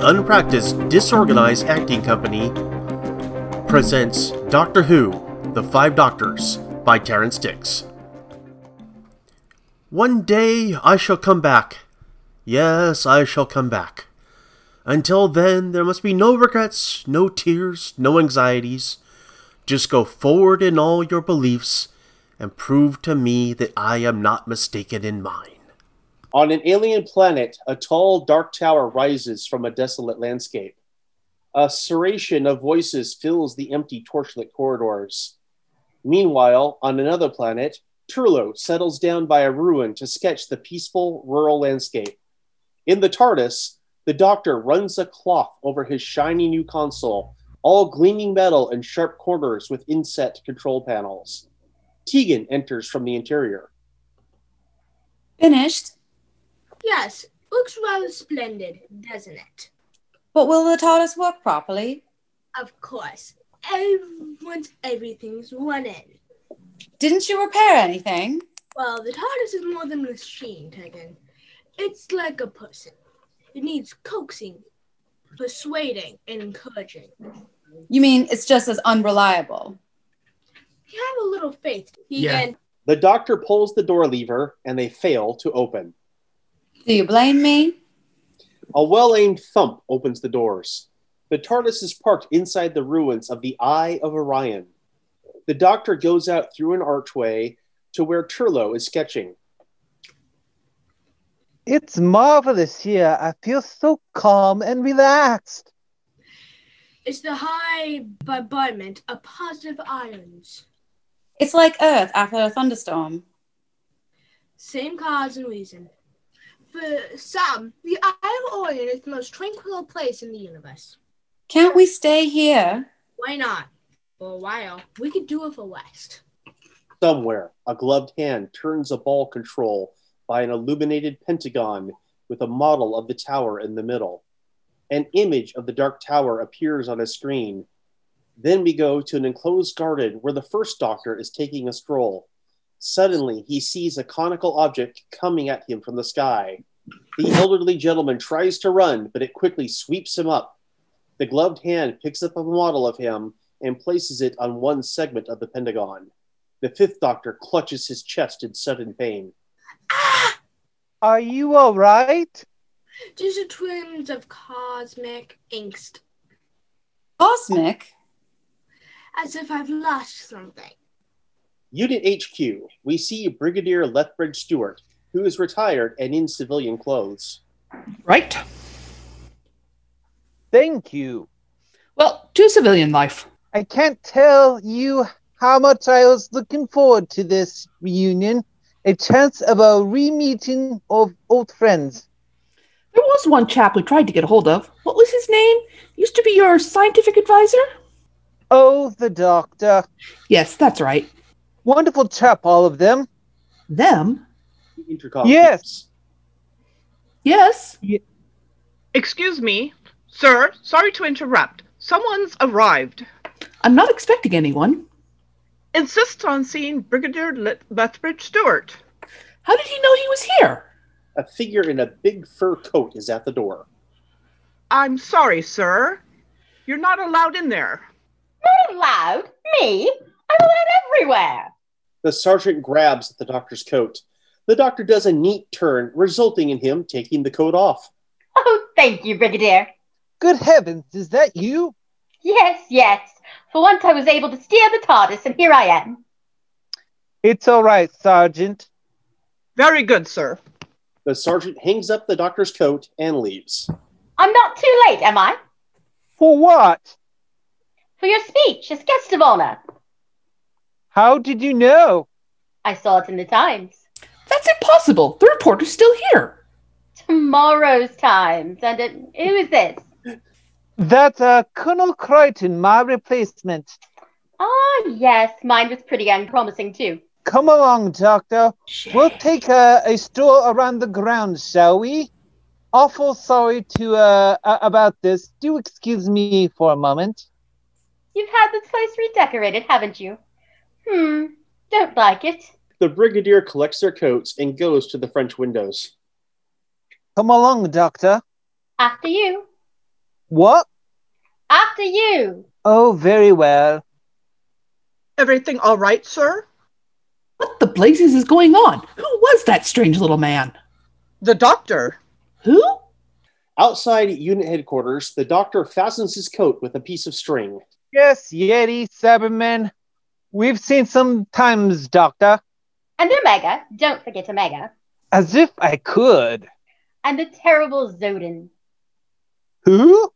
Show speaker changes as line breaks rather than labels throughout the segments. unpracticed, disorganized acting company presents Doctor Who The Five Doctors by Terrence Dix. One day I shall come back. Yes, I shall come back. Until then, there must be no regrets, no tears, no anxieties. Just go forward in all your beliefs and prove to me that I am not mistaken in mine.
On an alien planet, a tall, dark tower rises from a desolate landscape. A serration of voices fills the empty torchlit corridors. Meanwhile, on another planet, Turlo settles down by a ruin to sketch the peaceful rural landscape. In the TARDIS, the doctor runs a cloth over his shiny new console, all gleaming metal and sharp corners with inset control panels. Tegan enters from the interior.
Finished?
Yes, looks rather splendid, doesn't it?
But will the TARDIS work properly?
Of course. Ev- once everything's running.
Didn't you repair anything?
Well, the TARDIS is more than a machine, Tegan. It's like a person. It needs coaxing, persuading, and encouraging.
You mean it's just as unreliable?
You have a little faith,
Yeah.
Tegan.
The doctor pulls the door lever and they fail to open.
Do you blame me?
A well aimed thump opens the doors. The TARDIS is parked inside the ruins of the Eye of Orion. The doctor goes out through an archway to where Turlo is sketching.
It's marvelous here. I feel so calm and relaxed.
It's the high bombardment of positive ions.
It's like Earth after a thunderstorm.
Same cause and reason. For some, the Eye of Orion is the most tranquil place in the universe.
Can't we stay here?
Why not? For a while, we could do it for less.
Somewhere, a gloved hand turns a ball control by an illuminated pentagon with a model of the tower in the middle. An image of the Dark Tower appears on a screen. Then we go to an enclosed garden where the first doctor is taking a stroll. Suddenly, he sees a conical object coming at him from the sky. The elderly gentleman tries to run, but it quickly sweeps him up. The gloved hand picks up a model of him and places it on one segment of the pentagon. The fifth doctor clutches his chest in sudden pain.
Are you all right?
Just a twinge of cosmic angst,
Cosmic?
as if I've lost something.
Unit HQ, we see Brigadier Lethbridge Stewart, who is retired and in civilian clothes.
Right.
Thank you.
Well, to civilian life.
I can't tell you how much I was looking forward to this reunion. A chance of a re-meeting of old friends.
There was one chap we tried to get hold of. What was his name? Used to be your scientific advisor?
Oh, the doctor.
Yes, that's right.
Wonderful chap, all of them.
Them?
The Intercom.
Yes.
Yes.
Excuse me, sir. Sorry to interrupt. Someone's arrived.
I'm not expecting anyone.
Insists on seeing Brigadier Let- Lethbridge Stewart.
How did he know he was here?
A figure in a big fur coat is at the door.
I'm sorry, sir. You're not allowed in there.
Not allowed? Me? I'm allowed everywhere.
The sergeant grabs at the doctor's coat. The doctor does a neat turn, resulting in him taking the coat off.
Oh, thank you, Brigadier.
Good heavens, is that you?
Yes, yes. For once I was able to steer the TARDIS, and here I am.
It's all right, Sergeant.
Very good, sir.
The sergeant hangs up the doctor's coat and leaves.
I'm not too late, am I?
For what?
For your speech as guest of honor.
How did you know?
I saw it in the Times.
That's impossible. The reporter's still here.
Tomorrow's Times. And it, who is this?
That's uh, Colonel Crichton, my replacement.
Ah, yes. Mine was pretty unpromising, too.
Come along, Doctor. We'll take a, a stroll around the grounds, shall we? Awful sorry to uh, a- about this. Do excuse me for a moment.
You've had this place redecorated, haven't you? Hmm. Don't like it.
The brigadier collects their coats and goes to the French windows.
Come along, Doctor.
After you.
What?
After you.
Oh, very well.
Everything all right, sir?
What the blazes is going on? Who was that strange little man?
The doctor.
Who?
Outside unit headquarters, the doctor fastens his coat with a piece of string.
Yes, Yeti, Cyberman. We've seen some times, Doctor.
And Omega. Don't forget Omega.
As if I could.
And the terrible Zodin.
Who?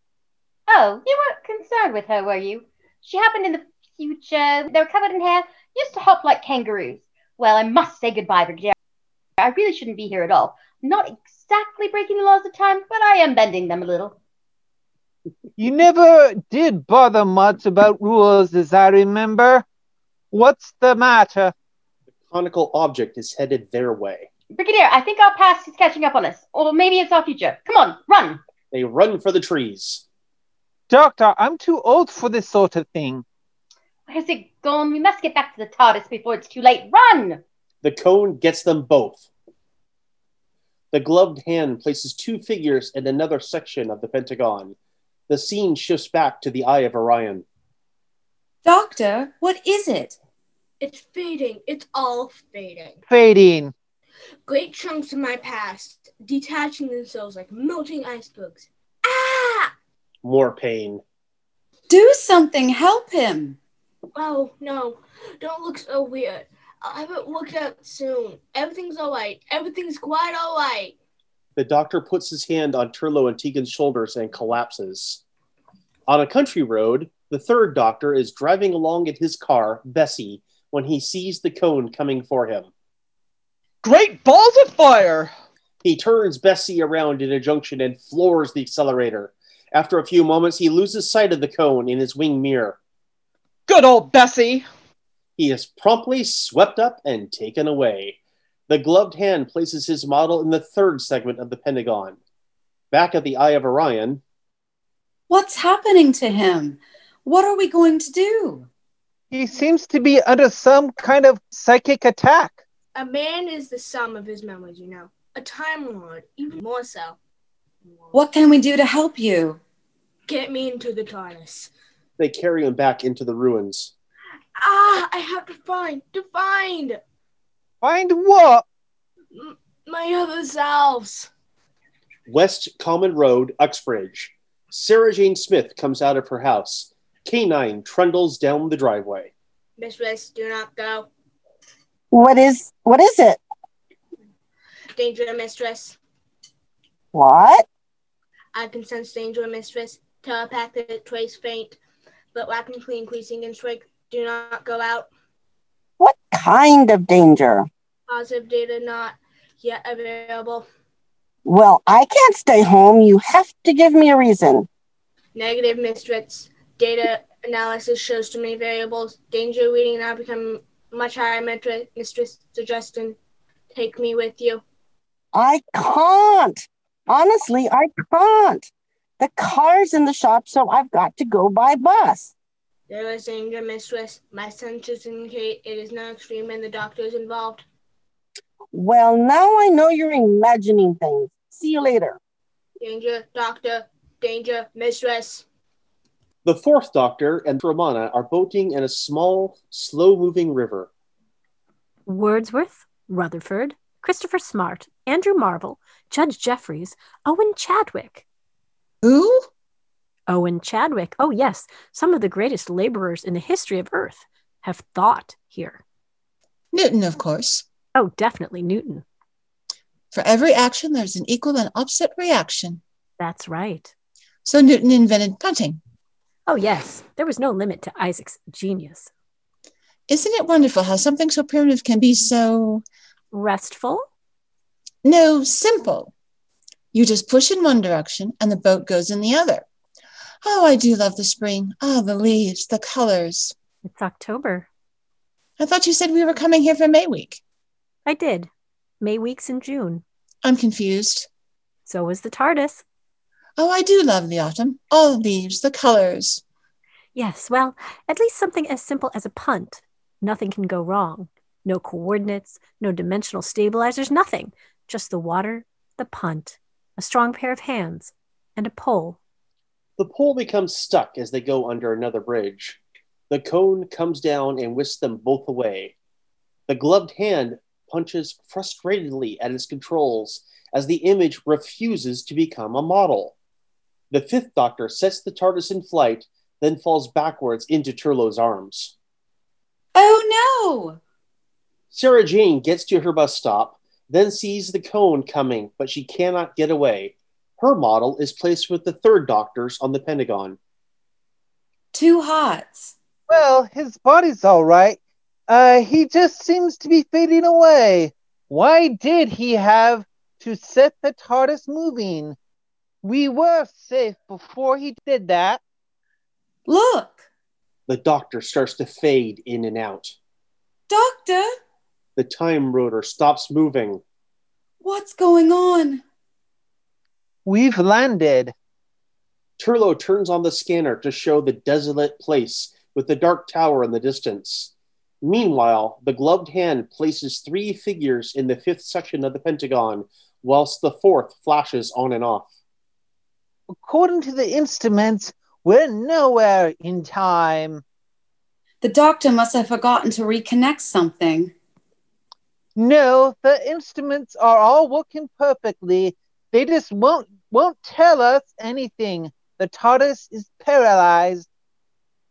Oh, you weren't concerned with her, were you? She happened in the future. They were covered in hair, used to hop like kangaroos. Well, I must say goodbye, Brigadier. I really shouldn't be here at all. Not exactly breaking the laws of time, but I am bending them a little.
You never did bother much about rules, as I remember. What's the matter?
The conical object is headed their way.
Brigadier, I think our past is catching up on us. Or maybe it's our future. Come on, run!
They run for the trees.
Doctor, I'm too old for this sort of thing.
Where's it gone? We must get back to the TARDIS before it's too late. Run!
The cone gets them both. The gloved hand places two figures in another section of the Pentagon. The scene shifts back to the Eye of Orion.
Doctor, what is it?
It's fading. It's all fading.
Fading.
Great chunks of my past detaching themselves like melting icebergs. Ah!
More pain.
Do something, help him.
Oh, no. Don't look so weird. I'll have it worked out soon. Everything's all right. Everything's quite all right.
The doctor puts his hand on Turlo and Tegan's shoulders and collapses. On a country road, the third doctor is driving along in his car, Bessie, when he sees the cone coming for him.
Great balls of fire!
He turns Bessie around in a junction and floors the accelerator. After a few moments, he loses sight of the cone in his wing mirror.
Good old Bessie!
He is promptly swept up and taken away. The gloved hand places his model in the third segment of the Pentagon. Back at the Eye of Orion,
What's happening to him? What are we going to do?
He seems to be under some kind of psychic attack.
A man is the sum of his memories, you know. A time lord, even more so.
What can we do to help you?
Get me into the TARDIS.
they carry him back into the ruins.
Ah, I have to find, to find
Find what?
my other selves.
West Common Road, Uxbridge. Sarah Jane Smith comes out of her house. Canine trundles down the driveway.
Miss West, do not go.
What is what is it?
Danger, mistress.
What?
I can sense danger, mistress. Telepathic trace faint, but rapidly increasing in strength. Do not go out.
What kind of danger?
Positive data not yet available.
Well, I can't stay home. You have to give me a reason.
Negative, mistress. Data analysis shows too many variables. Danger reading now become much higher, mistress. Mistress suggestion. Take me with you.
I can't. Honestly, I can't. The car's in the shop, so I've got to go by bus.
There is danger, mistress. My senses indicate it is not extreme and the doctor is involved.
Well, now I know you're imagining things. See you later.
Danger, doctor. Danger, mistress.
The fourth doctor and Romana are boating in a small, slow moving river.
Wordsworth, Rutherford, Christopher Smart, Andrew Marvel, Judge Jeffries, Owen Chadwick.
Who?
Owen Chadwick, oh yes, some of the greatest laborers in the history of Earth have thought here.
Newton, of course.
Oh, definitely Newton.
For every action, there's an equal and opposite reaction.
That's right.
So Newton invented punting.
Oh yes, there was no limit to Isaac's genius.
Isn't it wonderful how something so primitive can be so,
Restful?
no, simple? You just push in one direction and the boat goes in the other. Oh, I do love the spring. Ah, the leaves, the colors.
It's October.
I thought you said we were coming here for May week.
I did. May weeks in June.
I'm confused.
So was the TARDIS.
Oh, I do love the autumn. All the leaves, the colors.
Yes, well, at least something as simple as a punt. Nothing can go wrong. No coordinates, no dimensional stabilizers, nothing. Just the water, the punt, a strong pair of hands, and a pole.
The pole becomes stuck as they go under another bridge. The cone comes down and whisks them both away. The gloved hand punches frustratedly at its controls as the image refuses to become a model. The fifth doctor sets the TARDIS in flight, then falls backwards into Turlo's arms.
Oh no!
Sarah Jane gets to her bus stop, then sees the cone coming, but she cannot get away. Her model is placed with the third doctor's on the Pentagon.
Too hot.
Well, his body's all right. Uh, he just seems to be fading away. Why did he have to set the TARDIS moving? We were safe before he did that.
Look,
The doctor starts to fade in and out.
doctor,
The time rotor stops moving.
what's going on?
We've landed.
Turlo turns on the scanner to show the desolate place with the dark tower in the distance. Meanwhile, the gloved hand places three figures in the fifth section of the Pentagon, whilst the fourth flashes on and off.
According to the instruments, we're nowhere in time.
The doctor must have forgotten to reconnect something.
No, the instruments are all working perfectly. They just won't won't tell us anything. The TARDIS is paralyzed.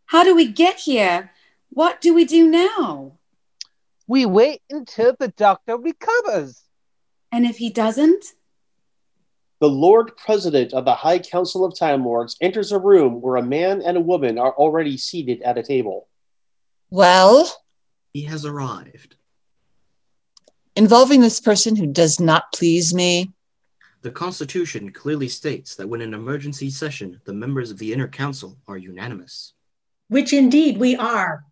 How do we get here? What do we do now?
We wait until the doctor recovers.
And if he doesn't?
The Lord President of the High Council of Time Lords enters a room where a man and a woman are already seated at a table.
Well,
He has arrived.
involving this person who does not please me.
The Constitution clearly states that when an emergency session, the members of the Inner Council are unanimous.
Which indeed we are.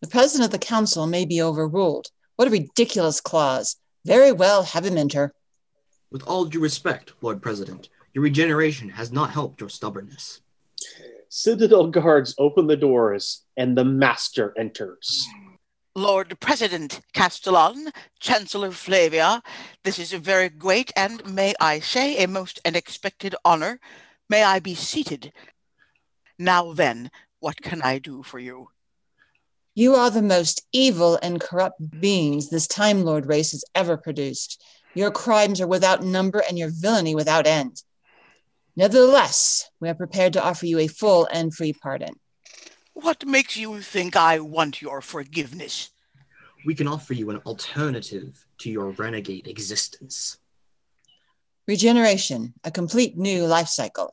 The president of the council may be overruled. What a ridiculous clause. Very well, have him enter.
With all due respect, Lord President, your regeneration has not helped your stubbornness.
Citadel guards open the doors, and the Master enters.
Lord President Castellan, Chancellor Flavia, this is a very great and, may I say, a most unexpected honor. May I be seated? Now then, what can I do for you?
You are the most evil and corrupt beings this Time Lord race has ever produced. Your crimes are without number and your villainy without end. Nevertheless, we are prepared to offer you a full and free pardon.
What makes you think I want your forgiveness?
We can offer you an alternative to your renegade existence.
Regeneration, a complete new life cycle.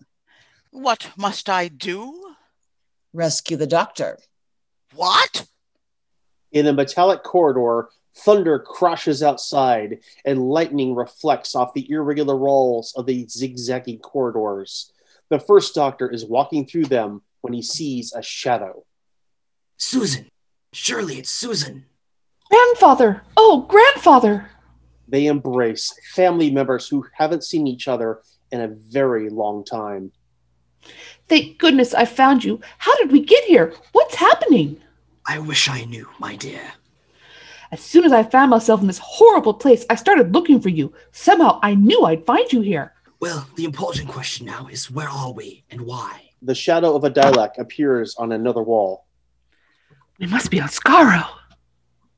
What must I do?
Rescue the doctor.
What?
In a metallic corridor, thunder crashes outside, and lightning reflects off the irregular walls of the zigzagging corridors. The first doctor is walking through them when he sees a shadow.
Susan! Surely it's Susan!
Grandfather! Oh, grandfather!
They embrace family members who haven't seen each other in a very long time.
Thank goodness I found you. How did we get here? What's happening?
I wish I knew, my dear.
As soon as I found myself in this horrible place, I started looking for you. Somehow I knew I'd find you here.
Well, the important question now is where are we and why?
The shadow of a Dalek appears on another wall.
We must be on Skaro.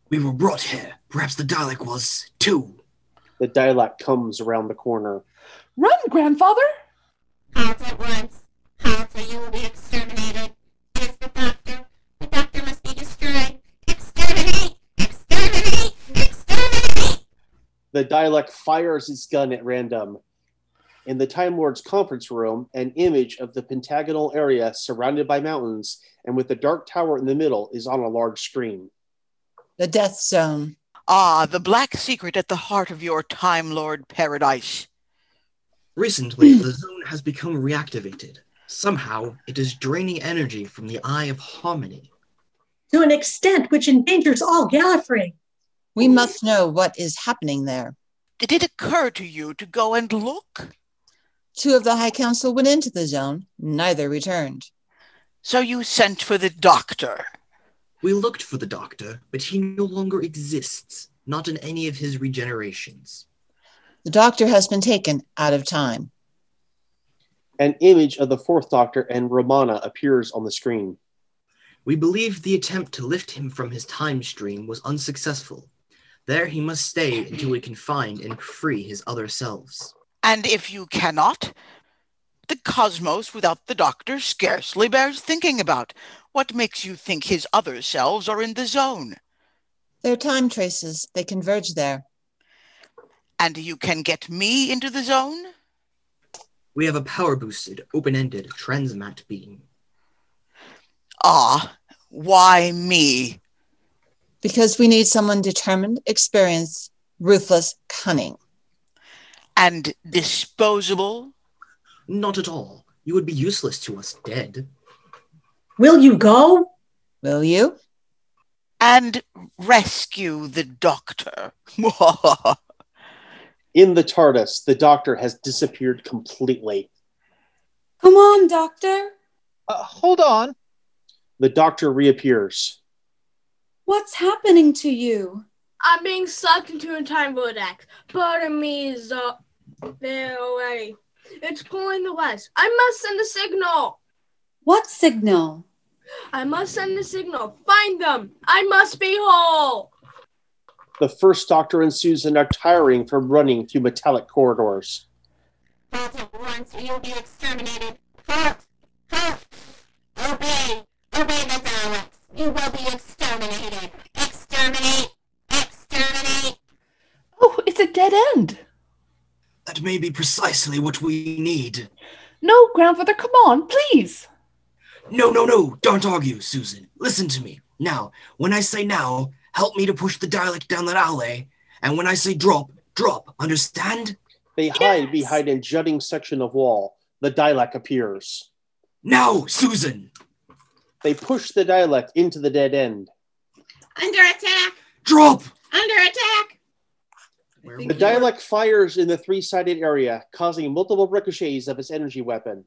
We were brought here. Perhaps the Dalek was too.
The Dalek comes around the corner.
Run, grandfather!
Halt at once. Halt or you will be exterminated. It is the doctor. The doctor must be destroyed. Exterminate! Exterminate! Exterminate!
The Dalek fires its gun at random. In the Time Lord's conference room, an image of the pentagonal area surrounded by mountains and with the dark tower in the middle is on a large screen.
The death zone.
Ah, the black secret at the heart of your Time Lord paradise.
Recently, the zone has become reactivated. Somehow, it is draining energy from the Eye of Harmony.
To an extent which endangers all Gallifrey. We must know what is happening there.
Did it occur to you to go and look?
Two of the High Council went into the zone, neither returned.
So you sent for the doctor.
We looked for the Doctor, but he no longer exists, not in any of his regenerations.
The doctor has been taken out of time.
An image of the fourth doctor and Romana appears on the screen.
We believe the attempt to lift him from his time stream was unsuccessful. There he must stay until we can find and free his other selves.
And if you cannot, the cosmos without the doctor scarcely bears thinking about. What makes you think his other selves are in the zone?
They're time traces. They converge there.
And you can get me into the zone?
We have a power boosted, open ended transmat beam.
Ah, why me?
Because we need someone determined, experienced, ruthless, cunning.
And disposable?
Not at all. You would be useless to us dead.
Will you go?
Will you?
And rescue the doctor.
In the TARDIS, the doctor has disappeared completely.
Come on, doctor.
Uh, hold on.
The doctor reappears.
What's happening to you?
I'm being sucked into a time vortex. Part of me is uh, there already. It's pulling the west. I must send a signal.
What signal?
I must send a signal. Find them. I must be whole.
The first doctor and Susan are tiring from running through metallic corridors.
Halt at once or you'll be exterminated. Halt! Halt! Obey! Obey the Daleks. You will be exterminated. Exterminate! Exterminate!
Oh, it's a dead end.
That may be precisely what we need.
No, grandfather, come on, please.
No, no, no, don't argue, Susan. Listen to me. Now, when I say now, help me to push the dialect down that alley. And when I say drop, drop, understand?
They hide behind a jutting section of wall. The Dalek appears.
Now, Susan!
They push the Dalek into the dead end.
Under attack!
Drop!
Under attack!
The Dalek fires in the three sided area, causing multiple ricochets of its energy weapon.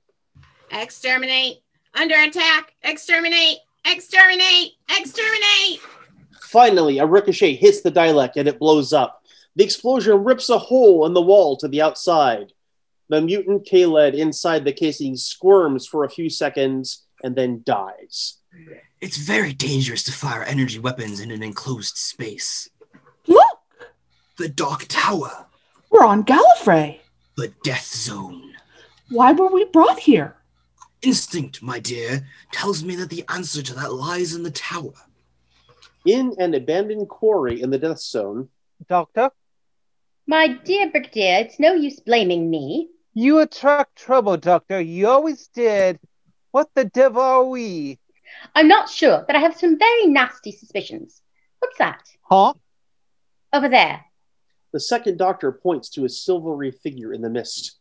Exterminate! Under attack! Exterminate! Exterminate! Exterminate!
Finally, a ricochet hits the Dalek and it blows up. The explosion rips a hole in the wall to the outside. The mutant Kaled inside the casing squirms for a few seconds and then dies.
It's very dangerous to fire energy weapons in an enclosed space.
Look!
The Dark Tower,
We're on Gallifrey.
the Death Zone.
Why were we brought here?
Instinct, my dear, tells me that the answer to that lies in the tower.
In an abandoned quarry in the Death Zone,
Doctor,
My dear Brigadier, it's no use blaming me.
you attract trouble, Doctor. You always did. What the devil are we?
I'm not sure, but I have some very nasty suspicions. What's that?
Huh?
Over there.
the second doctor points to a silvery figure in the mist.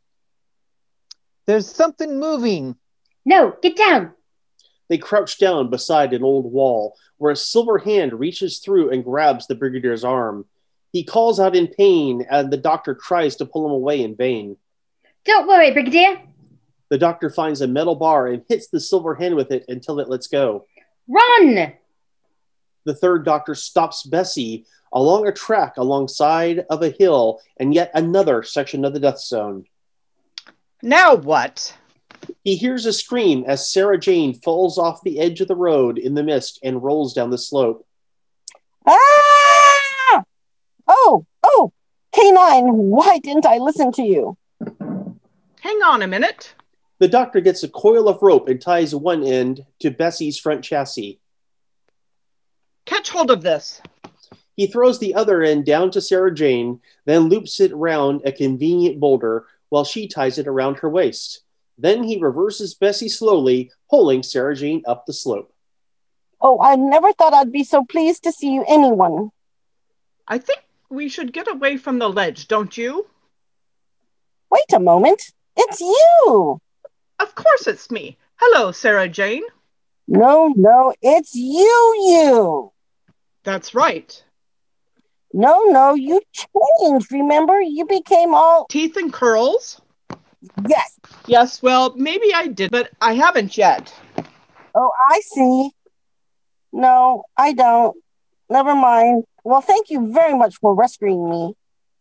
There's something moving.
No, get down.
They crouch down beside an old wall, where a silver hand reaches through and grabs the Brigadier's arm. He calls out in pain, and the doctor tries to pull him away in vain.
Don't worry, Brigadier.
The doctor finds a metal bar and hits the silver hand with it until it lets go.
Run!
The third doctor stops Bessie along a track alongside of a hill and yet another section of the death zone.
Now what?
He hears a scream as Sarah Jane falls off the edge of the road in the mist and rolls down the slope.
Ah! Oh, oh, Canine, why didn't I listen to you?
Hang on a minute.
The doctor gets a coil of rope and ties one end to Bessie's front chassis.
Catch hold of this.
He throws the other end down to Sarah Jane, then loops it round a convenient boulder while she ties it around her waist. Then he reverses Bessie slowly, pulling Sarah Jane up the slope.
Oh, I never thought I'd be so pleased to see you, anyone.
I think we should get away from the ledge, don't you?
Wait a moment. It's you.
Of course it's me. Hello, Sarah Jane.
No, no, it's you, you.
That's right.
No, no, you changed. Remember, you became all
Teeth and curls?
yes.
Yes, well, maybe I did, but I haven't yet.
Oh, I see. No, I don't. Never mind. Well, thank you very much for rescuing me,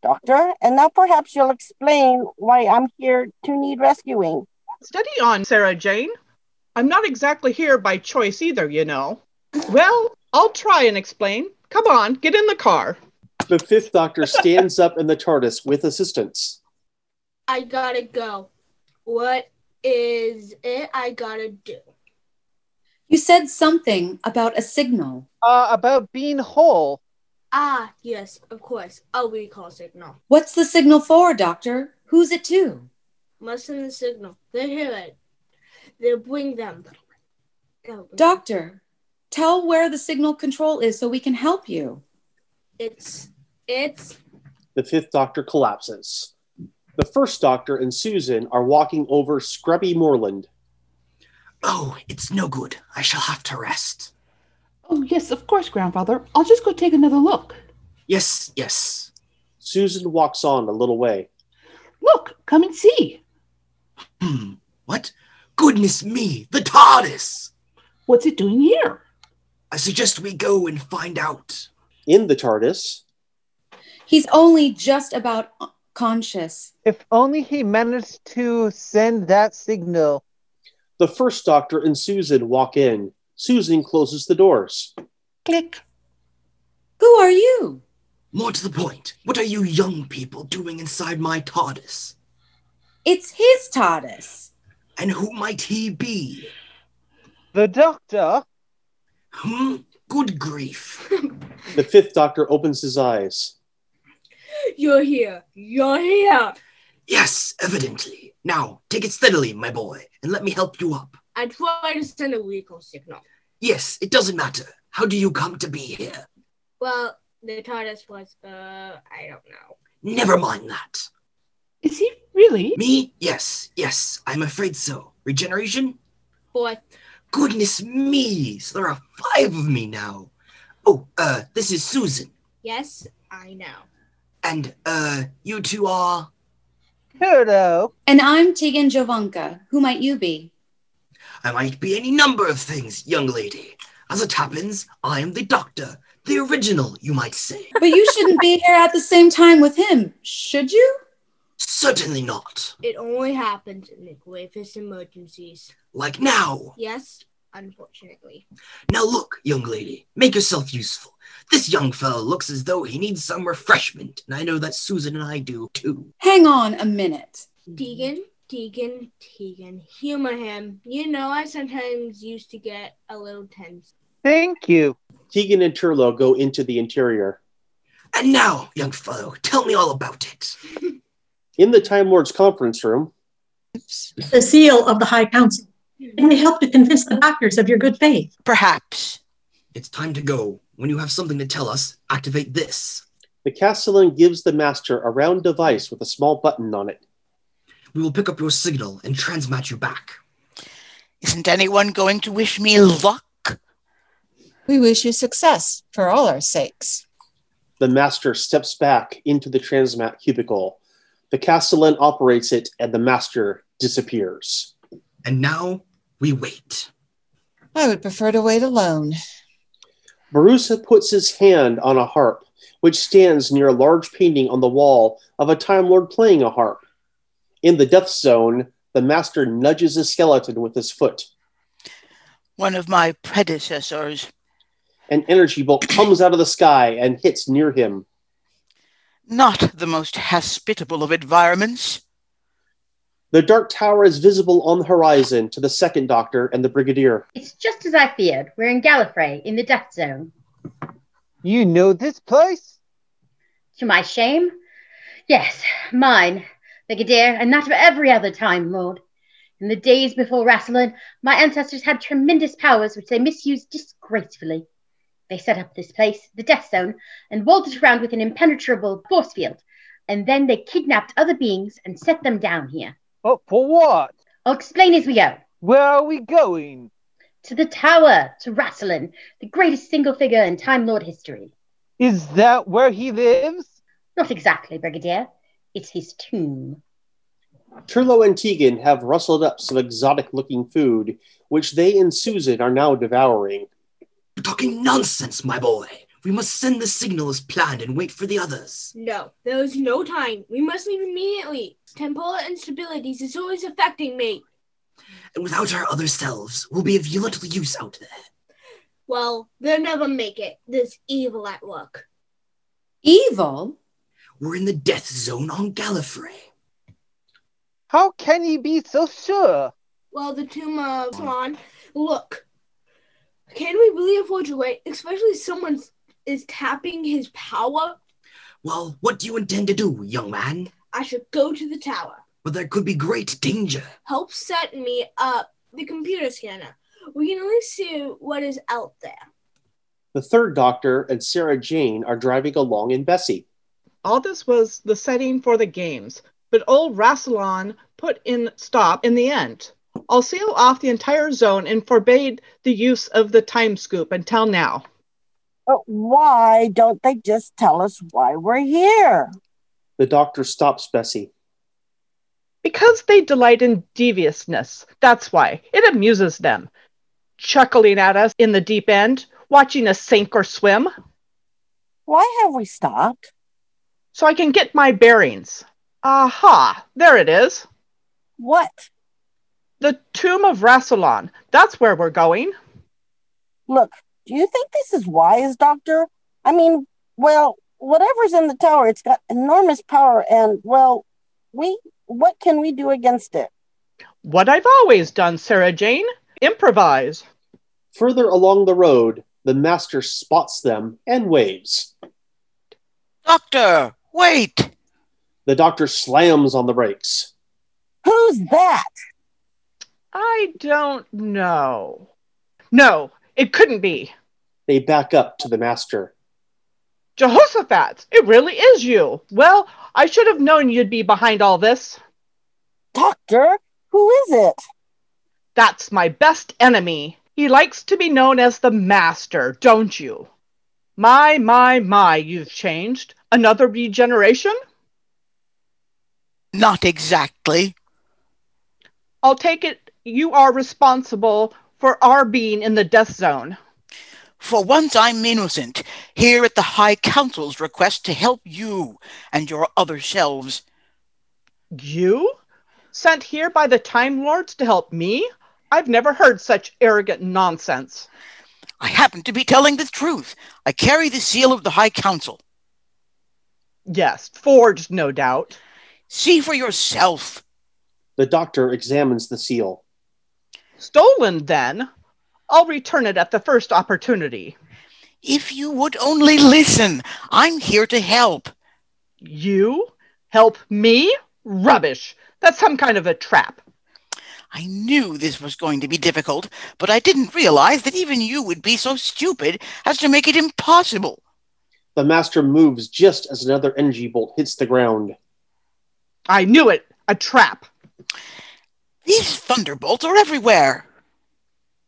Doctor. And now perhaps you'll explain why I'm here to need rescuing.
Steady on, Sarah Jane. I'm not exactly here by choice either, you know. Well, I'll try and explain. Come on, get in the car.
The fifth doctor stands up in the TARDIS with assistance.
I gotta go. What is it I gotta do?
You said something about a signal.
Uh, about being whole.
Ah, yes, of course. A recall signal.
What's the signal for, Doctor? Who's it to?
Must send the signal. They hear it. They'll bring them. They'll bring-
Doctor, tell where the signal control is so we can help you.
It's it's
The fifth doctor collapses. The first doctor and Susan are walking over scrubby moorland.
Oh, it's no good. I shall have to rest.
Oh, yes, of course, Grandfather. I'll just go take another look.
Yes, yes.
Susan walks on a little way.
Look, come and see.
Hmm, what? Goodness me, the TARDIS!
What's it doing here?
I suggest we go and find out.
In the TARDIS,
He's only just about conscious.
If only he managed to send that signal.
the first doctor and Susan walk in. Susan closes the doors.
Click.
Who are you?
More to the point, what are you young people doing inside my TARDIS?
It's his TARDIS.
And who might he be?
The doctor?
Hmm? Good grief.
The fifth doctor opens his eyes.
you're here. You're here.
Yes, evidently. Now, take it steadily, my boy, and let me help you up.
I try to send a recall signal.
Yes, it doesn't matter. How do you come to be here?
Well, the TARDIS was uh I don't know.
Never mind that.
Is he really?
Me? Yes, yes, I'm afraid so. Regeneration?
But
Goodness me, so there are five of me now. Oh, uh, this is Susan.
yes, I know.
And, uh, you two are.
Hello.
And I'm Tegan Jovanka. Who might you be?
I might be any number of things, young lady. As it happens, I am the doctor. The original, you might say.
But you shouldn't be here at the same time with him, should you?
Certainly not.
It only happens in the gravest emergencies.
Like now.
Yes, unfortunately.
Now look, young lady, make yourself useful. This young fellow looks as though he needs some refreshment, and I know that Susan and I do too.
Hang on a minute.
Tegan, Tegan, Tegan, humor him. You know, I sometimes used to get a little tense.
Thank you.
Tegan and Turlo go into the interior.
And now, young fellow, tell me all about it.
In the Time Lord's conference room,
the seal of the High Council, and they help to convince the doctors of your good faith.
Perhaps.
It's time to go. When you have something to tell us, activate this.
the Castellan gives the Master a round device with a small button on it.
We will pick up your signal and transmat you back.
Isn't anyone going to wish me luck?
We wish you success for all our sakes.
The Master steps back into the transmat cubicle. The Castellan operates it, and the Master disappears.
And now we wait.
I would prefer to wait alone.
Barusa puts his hand on a harp, which stands near a large painting on the wall of a Time Lord playing a harp. In the Death Zone, the Master nudges a skeleton with his foot.
One of my predecessors.
An energy bolt comes out of the sky and hits near him.
Not the most hospitable of environments.
The Dark Tower is visible on the horizon to the Second Doctor and the Brigadier.
It's just as I feared. We're in Gallifrey, in the death zone.
You know this place?
To my shame? Yes, mine, Brigadier, and that of every other Time Lord. In the days before Rassilon, my ancestors had tremendous powers which they misused disgracefully. They set up this place, the Death Zone, and walled it around with an impenetrable force field, and then they kidnapped other beings and set them down here.
But Oh, for what?
I'll explain as we go.
Where are we going?
To the Tower, to Rassilon, the greatest single figure in Time Lord history.
Is that where he lives?
Not exactly, Brigadier. It's his tomb.
Turlo and Tegan have rustled up some exotic looking food, which they and Susan are now devouring.
You're talking nonsense, my boy. We must send the signal as planned and wait for the others.
No, there is no time. We must leave immediately. Temporal instabilities is always affecting me.
and without our other selves, we'll be of little use out there.
Well, they'll never make it. There's evil at work.
Evil?
We're in the death zone on Gallifrey.
How can you be so sure?
Well, the tomb of Salon. Look, can we really afford to wait? Especially someone is tapping his power.
Well, what do you intend to do, young man?
I should go to the tower.
But there could be great danger.
Help set me up the computer scanner. We can only see what is out there.
The third doctor and Sarah Jane are driving along in Bessie.
All this was the setting for the games, but old Rassilon put in stop in the end. I'll seal off the entire zone and forbade the use of the time scoop until now.
But why don't they just tell us why we're here?
The doctor stops Bessie.
Because they delight in deviousness. That's why. It amuses them. Chuckling at us in the deep end, watching us sink or swim.
Why have we stopped?
So I can get my bearings. Aha, there it is.
What?
The tomb of Rassilon. That's where we're going.
Look, do you think this is wise, Doctor? I mean, well, whatever's in the tower, it's got enormous power, and well, we what can we do against it?
What I've always done, Sarah Jane improvise.
Further along the road, the master spots them and waves.
Doctor, wait!
The doctor slams on the brakes.
Who's that?
I don't know. No, it couldn't be.
They back up to the master.
Jehoshaphat, it really is you. Well, I should have known you'd be behind all this.
Doctor, who is it?
That's my best enemy. He likes to be known as the Master, don't you? My, my, my, you've changed. Another regeneration?
Not exactly.
I'll take it you are responsible for our being in the death zone.
For once I'm innocent, here at the High Council's request to help you and your other selves.
You? Sent here by the Time Lords to help me? I've never heard such arrogant nonsense.
I happen to be telling the truth. I carry the seal of the High Council.
Yes, forged, no doubt.
See for yourself.
The doctor examines the seal.
Stolen, then? I'll return it at the first opportunity.
If you would only listen, I'm here to help.
You? Help me? Rubbish. That's some kind of a trap.
I knew this was going to be difficult, but I didn't realize that even you would be so stupid as to make it impossible.
The master moves just as another energy bolt hits the ground.
I knew it! A trap!
These thunderbolts are everywhere!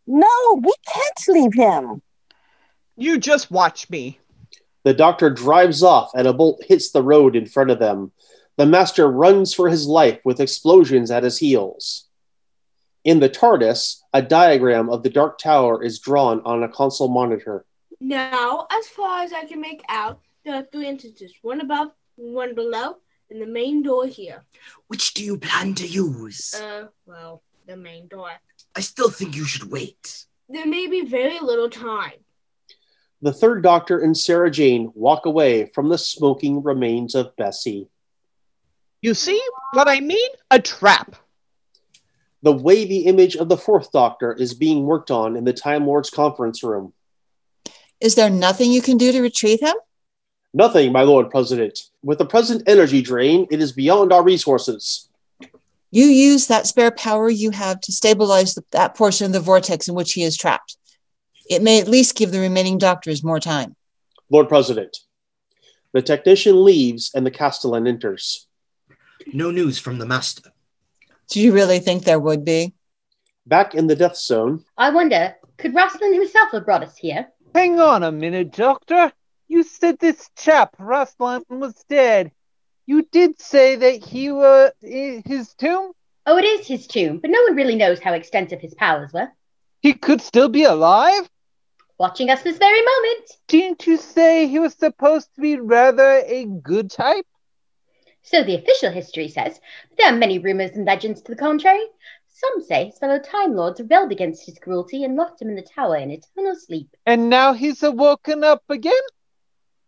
No, we can't leave him.
You just watch me.
The doctor drives off and a bolt hits the road in front of them. The master runs for his life with explosions at his heels. In the TARDIS, a diagram of the Dark Tower is drawn on a console monitor.
Now, as far as I can make out, there are three entrances one above, one below, and the main door here.
Which do you plan to use?
Uh, well, the main door.
I still think you should wait.
There may be very little time.
The third doctor and Sarah Jane walk away from the smoking remains of Bessie.
You see what I mean? A trap.
The wavy image of the fourth doctor is being worked on in the Time Lord's conference room.
Is there nothing you can do to retrieve him?
Nothing, my Lord President. With the present energy drain, it is beyond our resources.
You use that spare power you have to stabilize the, that portion of the vortex in which he is trapped. It may at least give the remaining doctors more time.
Lord President. The technician leaves and the Castellan enters.
No news from the master.
Do you really think there would be?
Back in the death zone,
I wonder, could Rassilon himself have brought us here?
Hang on a minute, Doctor. You said this chap, Rustline, was dead. You did say that he was his tomb?
Oh, it is his tomb, but no one really knows how extensive his powers were.
He could still be alive?
Watching us this very moment.
Didn't you say he was supposed to be rather a good type?
So the official history says. There are many rumors and legends to the contrary. Some say his fellow Time Lords rebelled against his cruelty and locked him in the tower in eternal sleep.
And now he's awoken up again?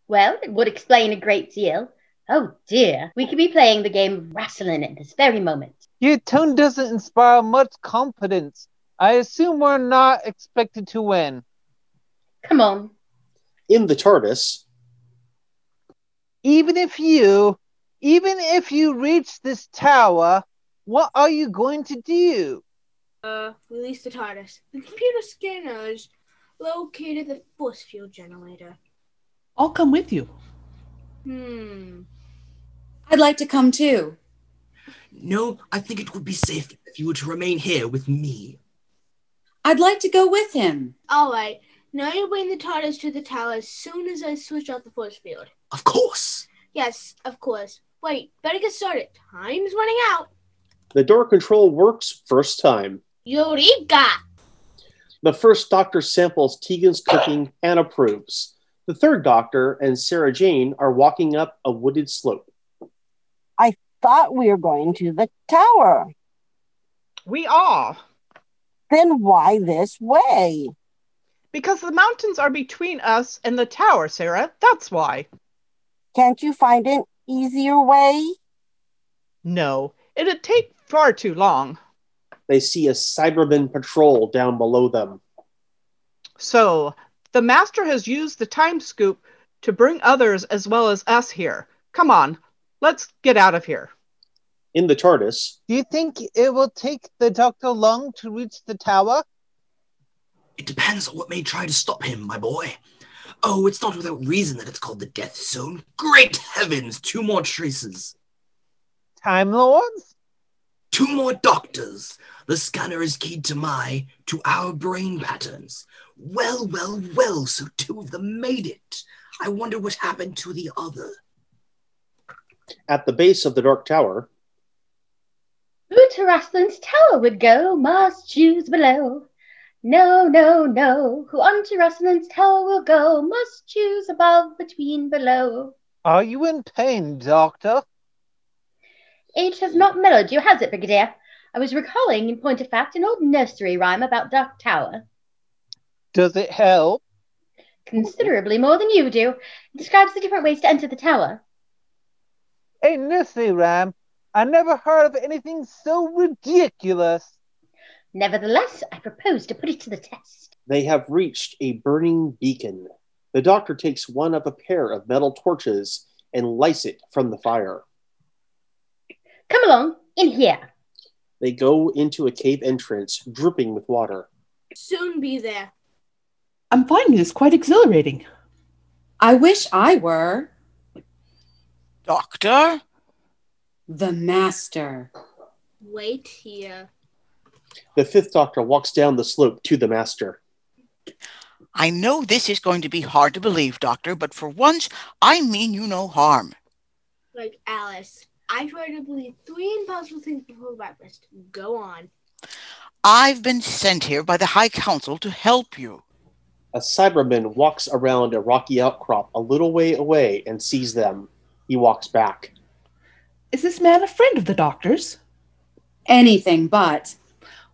Well, it would explain a great deal. Oh dear, we could be playing the game of wrestling at this very moment.
Your tone doesn't inspire much confidence. I assume we're not expected to win.
Come on.
In the TARDIS,
Even if you, even if you reach this tower, what are you going to do?
Uh, release the TARDIS. The computer scanner is located the force field generator.
I'll come with you.
Hmm.
I'd like to come too.
No, I think it would be safe if you were to remain here with me.
I'd like to go with him.
All right. Now you bring the TARDIS to the tower as soon as I switch off the force field.
Of course.
Yes, of course. Wait, better get started. Time's running out.
the door control works first time.
Eureka!
The first doctor samples Tegan's cooking and approves. The third doctor and Sarah Jane are walking up a wooded slope.
I thought we were going to the tower.
We are.
Then why this way?
Because the mountains are between us and the tower, Sarah. That's why.
Can't you find an easier way?
No, it'd take far too long.
They see a Cyberman patrol down below them.
So, the master has used the time scoop to bring others as well as us here. Come on, let's get out of here.
In the TARDIS,
Do you think it will take the doctor long to reach the tower?
It depends on what may try to stop him, my boy. Oh, it's not without reason that it's called the Death Zone. Great heavens, two more traces.
Time Lords?
Two more doctors. The scanner is keyed to my, to our brain patterns. Well, well, well, so two of them made it. I wonder what happened to the other.
at the base of the Dark Tower,
Who to Raslan's tower would go must choose below. No, no, no. Who unto Raslan's tower will go must choose above, between, below.
Are you in pain, Doctor?
Age has not mellowed you, has it, Brigadier? I was recalling, in point of fact, an old nursery rhyme about Dark Tower.
Does it help?
Considerably more than you do. It describes the different ways to enter the tower.
Hey, nursery rhyme, I never heard of anything so ridiculous.
Nevertheless, I propose to put it to the test.
they have reached a burning beacon. The doctor takes one of a pair of metal torches and lights it from the fire.
Come along, in here.
They go into a cave entrance, dripping with water.
Soon be there.
I'm finding this quite exhilarating.
I wish I were.
Doctor?
The master.
Wait here.
The fifth doctor walks down the slope to the master.
I know this is going to be hard to believe, Doctor, but for once, I mean you no harm.
Like Alice. I tried to believe three impossible things before breakfast. Go on.
I've been sent here by the High Council to help you.
A Cyberman walks around a rocky outcrop a little way away and sees them. He walks back.
Is this man a friend of the doctor's?
Anything but.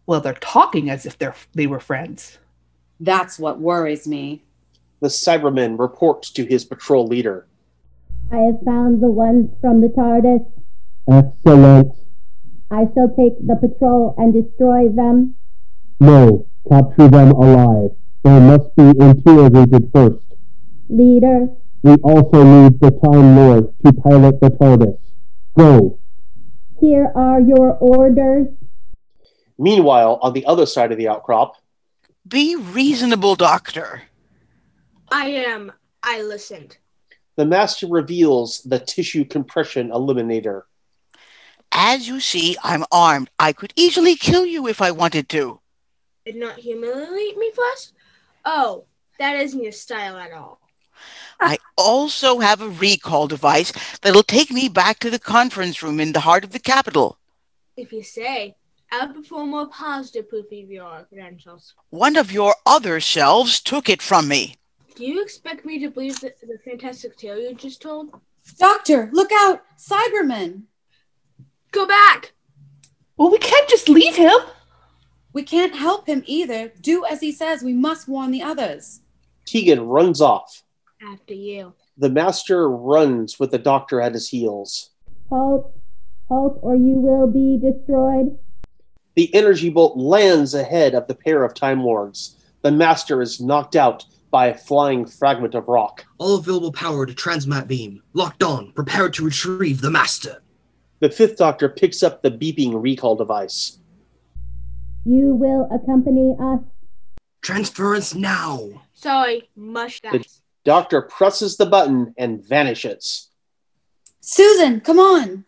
Well, they're talking as if they're they were friends.
That's what worries me.
The Cyberman reports to his patrol leader.
I have found the ones from the TARDIS.
Excellent.
I shall take the patrol and destroy them.
No, capture them alive. They must be interrogated first.
Leader,
We also need the Time Lord to pilot the TARDIS. Go.
here are your orders.
Meanwhile, on the other side of the outcrop,
Be reasonable, Doctor.
I am. I listened.
the master reveals the tissue compression eliminator.
As you see, I'm armed. I could easily kill you if I wanted to.
Did not humiliate me first? Oh, that isn't your style at all.
I also have a recall device that'll take me back to the conference room in the heart of the Capitol.
If you say, I'll perform more positive proof of your credentials.
One of your other selves took it from me.
Do you expect me to believe the, the fantastic tale you just told?
Doctor, look out! Cyberman!
Go back!
Well, we can't just leave him.
We can't help him either. Do as he says. We must warn the others.
Keegan runs off.
After you.
The master runs with the doctor at his heels.
Halt, halt, or you will be destroyed.
The energy bolt lands ahead of the pair of Time Lords. The master is knocked out by a flying fragment of rock.
All available power to transmat beam. Locked on. Prepared to retrieve the master.
The fifth doctor picks up the beeping recall device.
You will accompany us.
Transference now.
Sorry, mush that.
The doctor presses the button and vanishes.
Susan, come on.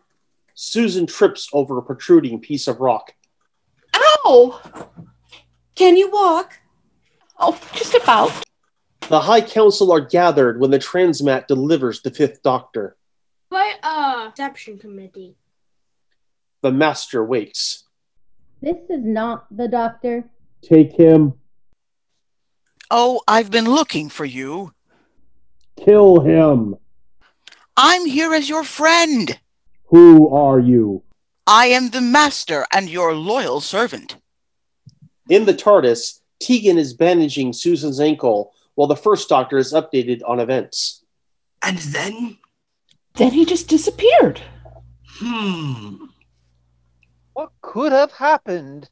Susan trips over a protruding piece of rock.
Ow! Can you walk?
Oh, just about.
The High Council are gathered when the Transmat delivers the fifth doctor.
But, uh, deception committee.
The master wakes.
This is not the doctor.
Take him.
Oh, I've been looking for you.
Kill him.
I'm here as your friend.
Who are you?
I am the master and your loyal servant.
In the TARDIS, Tegan is bandaging Susan's ankle while the first doctor is updated on events.
And then?
Then he just disappeared.
Hmm.
What could have happened?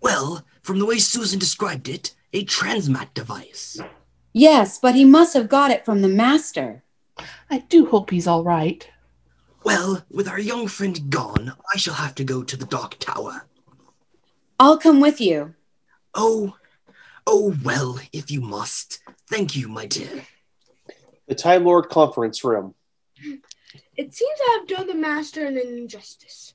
Well, from the way Susan described it, a transmat device.
Yes, but he must have got it from the master.
I do hope he's all right.
Well, with our young friend gone, I shall have to go to the Dark Tower.
I'll come with you.
Oh, oh, well, if you must. Thank you, Oh, my dear.
The Time Lord conference room.
It seems I have done the master an injustice.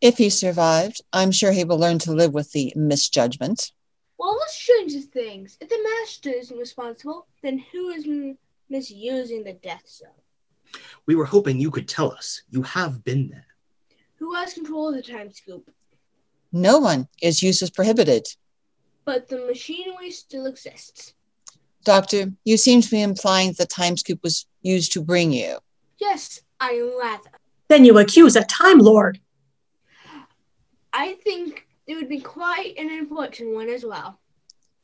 If he survived, I'm sure he will learn to live with the misjudgment.
Well, let's change the things. If the master isn't responsible, then who is m- misusing the death zone?
We were hoping you could tell us. You have been there.
Who has control of the time scoop?
No one is use is prohibited.
But the machinery still exists.
Doctor, you seem to be implying that the time scoop was used to bring you.
Yes, I am rather.
Then you accuse a Time Lord.
I think it would be quite an unfortunate one as well.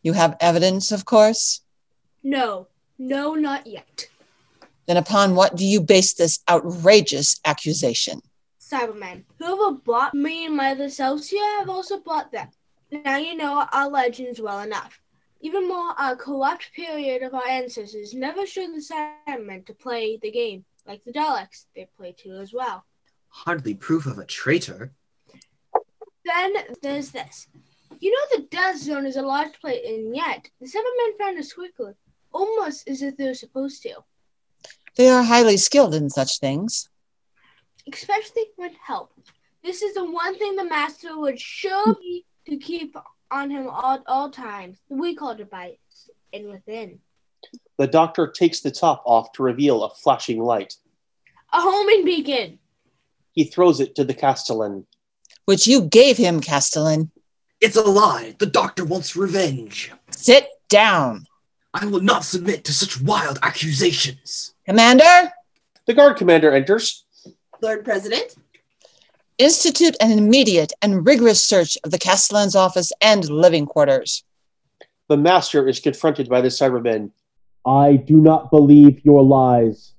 You have evidence, of course.
No, no, not yet.
Then upon what do you base this outrageous accusation?
Cybermen. Whoever brought me and my other selves here have also brought them. Now you know our legends well enough. Even more, our corrupt period of our ancestors never showed the Cybermen to play the game like the Daleks. They play too as well.
Hardly proof of a traitor.
Then there's this. You know the death zone is a large plate, and yet the Cybermen found us quickly, almost as if they were supposed to,
They are highly skilled in such things.
especially with help. This is the one thing the Master would sure be to keep on him at all times. The recall device and within.
The doctor takes the top off to reveal a flashing light.
A homing beacon!
He throws it to the Castellan.
Which you gave him, Castellan.
It's a lie. The doctor wants revenge.
Sit down.
I will not submit to such wild accusations.
Commander,
The guard commander enters.
Lord President,
institute an immediate and rigorous search of the Castellan's office and living quarters.
The master is confronted by the Cybermen.
I do not believe your lies.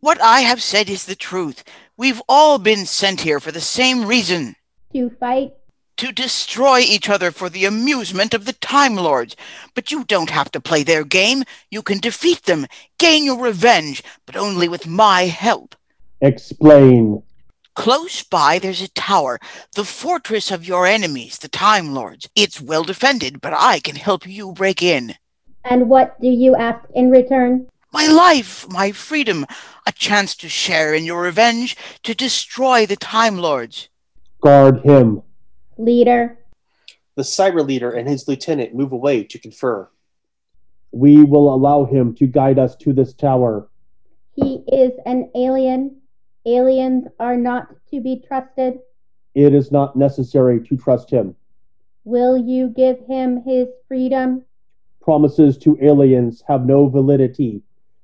What I have said is the truth. We've all been sent here for the same reason
To fight,
to destroy each other for the amusement of the Time Lords. But you don't have to play their game. You can defeat them, gain your revenge, but only with my help.
Explain.
Close by, there's a tower, the fortress of your enemies, the Time Lords. It's well defended, but I can help you break in.
and what do you ask in return?
My life, my freedom, a chance to share in your revenge, to destroy the Time Lords.
Guard him.
Leader,
The cyber leader and his lieutenant move away to confer.
We will allow him to guide us to this tower.
he is an alien. Aliens are not to be trusted.
It is not necessary to trust him.
Will you give him his freedom?
Promises to aliens have no validity.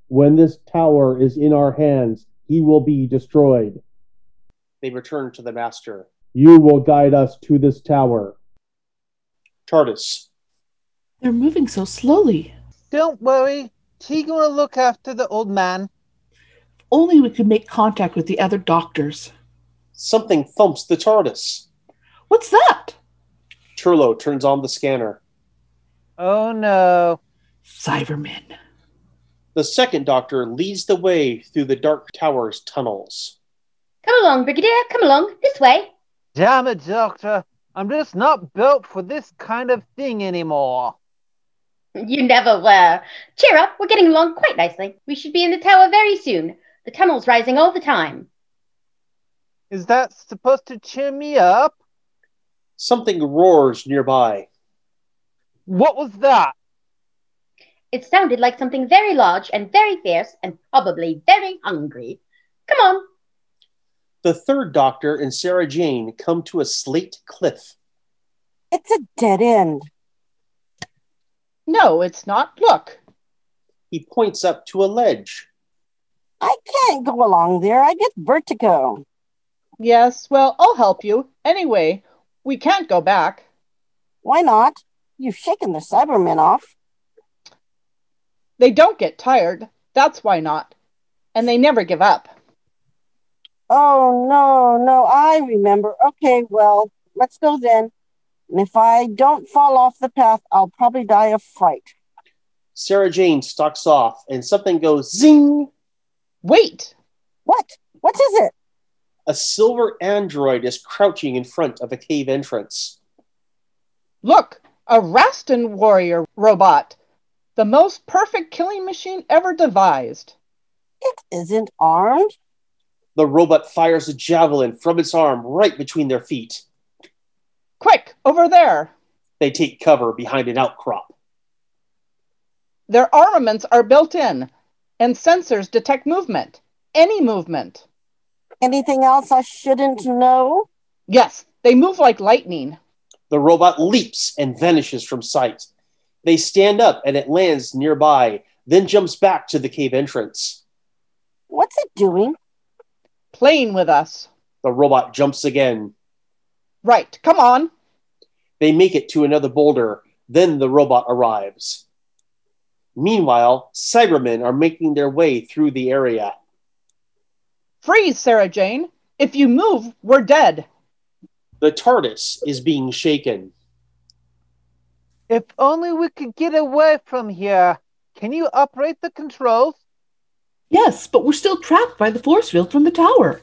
When this tower is in our hands, he will be destroyed.
They return to the master.
You will guide us to this tower.
TARDIS.
They're moving so slowly.
Don't worry. He gonna look after the old man.
Only we could make contact with the other doctors.
Something thumps the TARDIS.
What's that?
Turlo turns on the scanner.
Oh no.
Cybermen.
The second doctor leads the way through the Dark Tower's tunnels.
Come along, Brigadier, come along, this way.
Damn it, Doctor. I'm just not built for this kind of thing anymore.
You never were. Cheer up, we're getting along quite nicely. We should be in the tower very soon. The tunnel's rising all the time.
Is that supposed to cheer me up?
Something roars nearby.
What was that?
It sounded like something very large and very fierce and probably very hungry. Come on,
The third doctor and Sarah Jane come to a slate cliff.
It's a dead end.
No, it's not. Look.
He points up to a ledge.
I can't go along there. I get vertigo.
Yes, well, I'll help you. Anyway, we can't go back.
Why not? You've shaken the Cybermen off.
They don't get tired. That's why not. And they never give up.
Oh, no, no, I remember. Okay, well, let's go then. And if I don't fall off the path, I'll probably die of fright.
Sarah Jane stalks off and something goes zing.
Wait!
What? What is it?
A silver android is crouching in front of a cave entrance.
Look, a Rastan warrior robot. The most perfect killing machine ever devised.
Isn't armed?
The robot fires a javelin from its arm right between their feet.
Quick, over there.
They take cover behind an outcrop.
Their armaments are built in, and sensors detect movement. Any movement.
Anything else I shouldn't know?
Yes, they move like lightning.
The robot leaps and vanishes from sight. They stand up and it lands nearby, then jumps back to the cave entrance.
What's it doing?
Playing with us.
The robot jumps again.
Right, come on.
They make it to another boulder, then the robot arrives. Meanwhile, Cybermen are making their way through the area.
Freeze, Sarah Jane. If you move, we're dead.
The TARDIS is being shaken.
If only we could get away from here. Can you operate the controls?
Yes, but we're still trapped by the force field from the tower.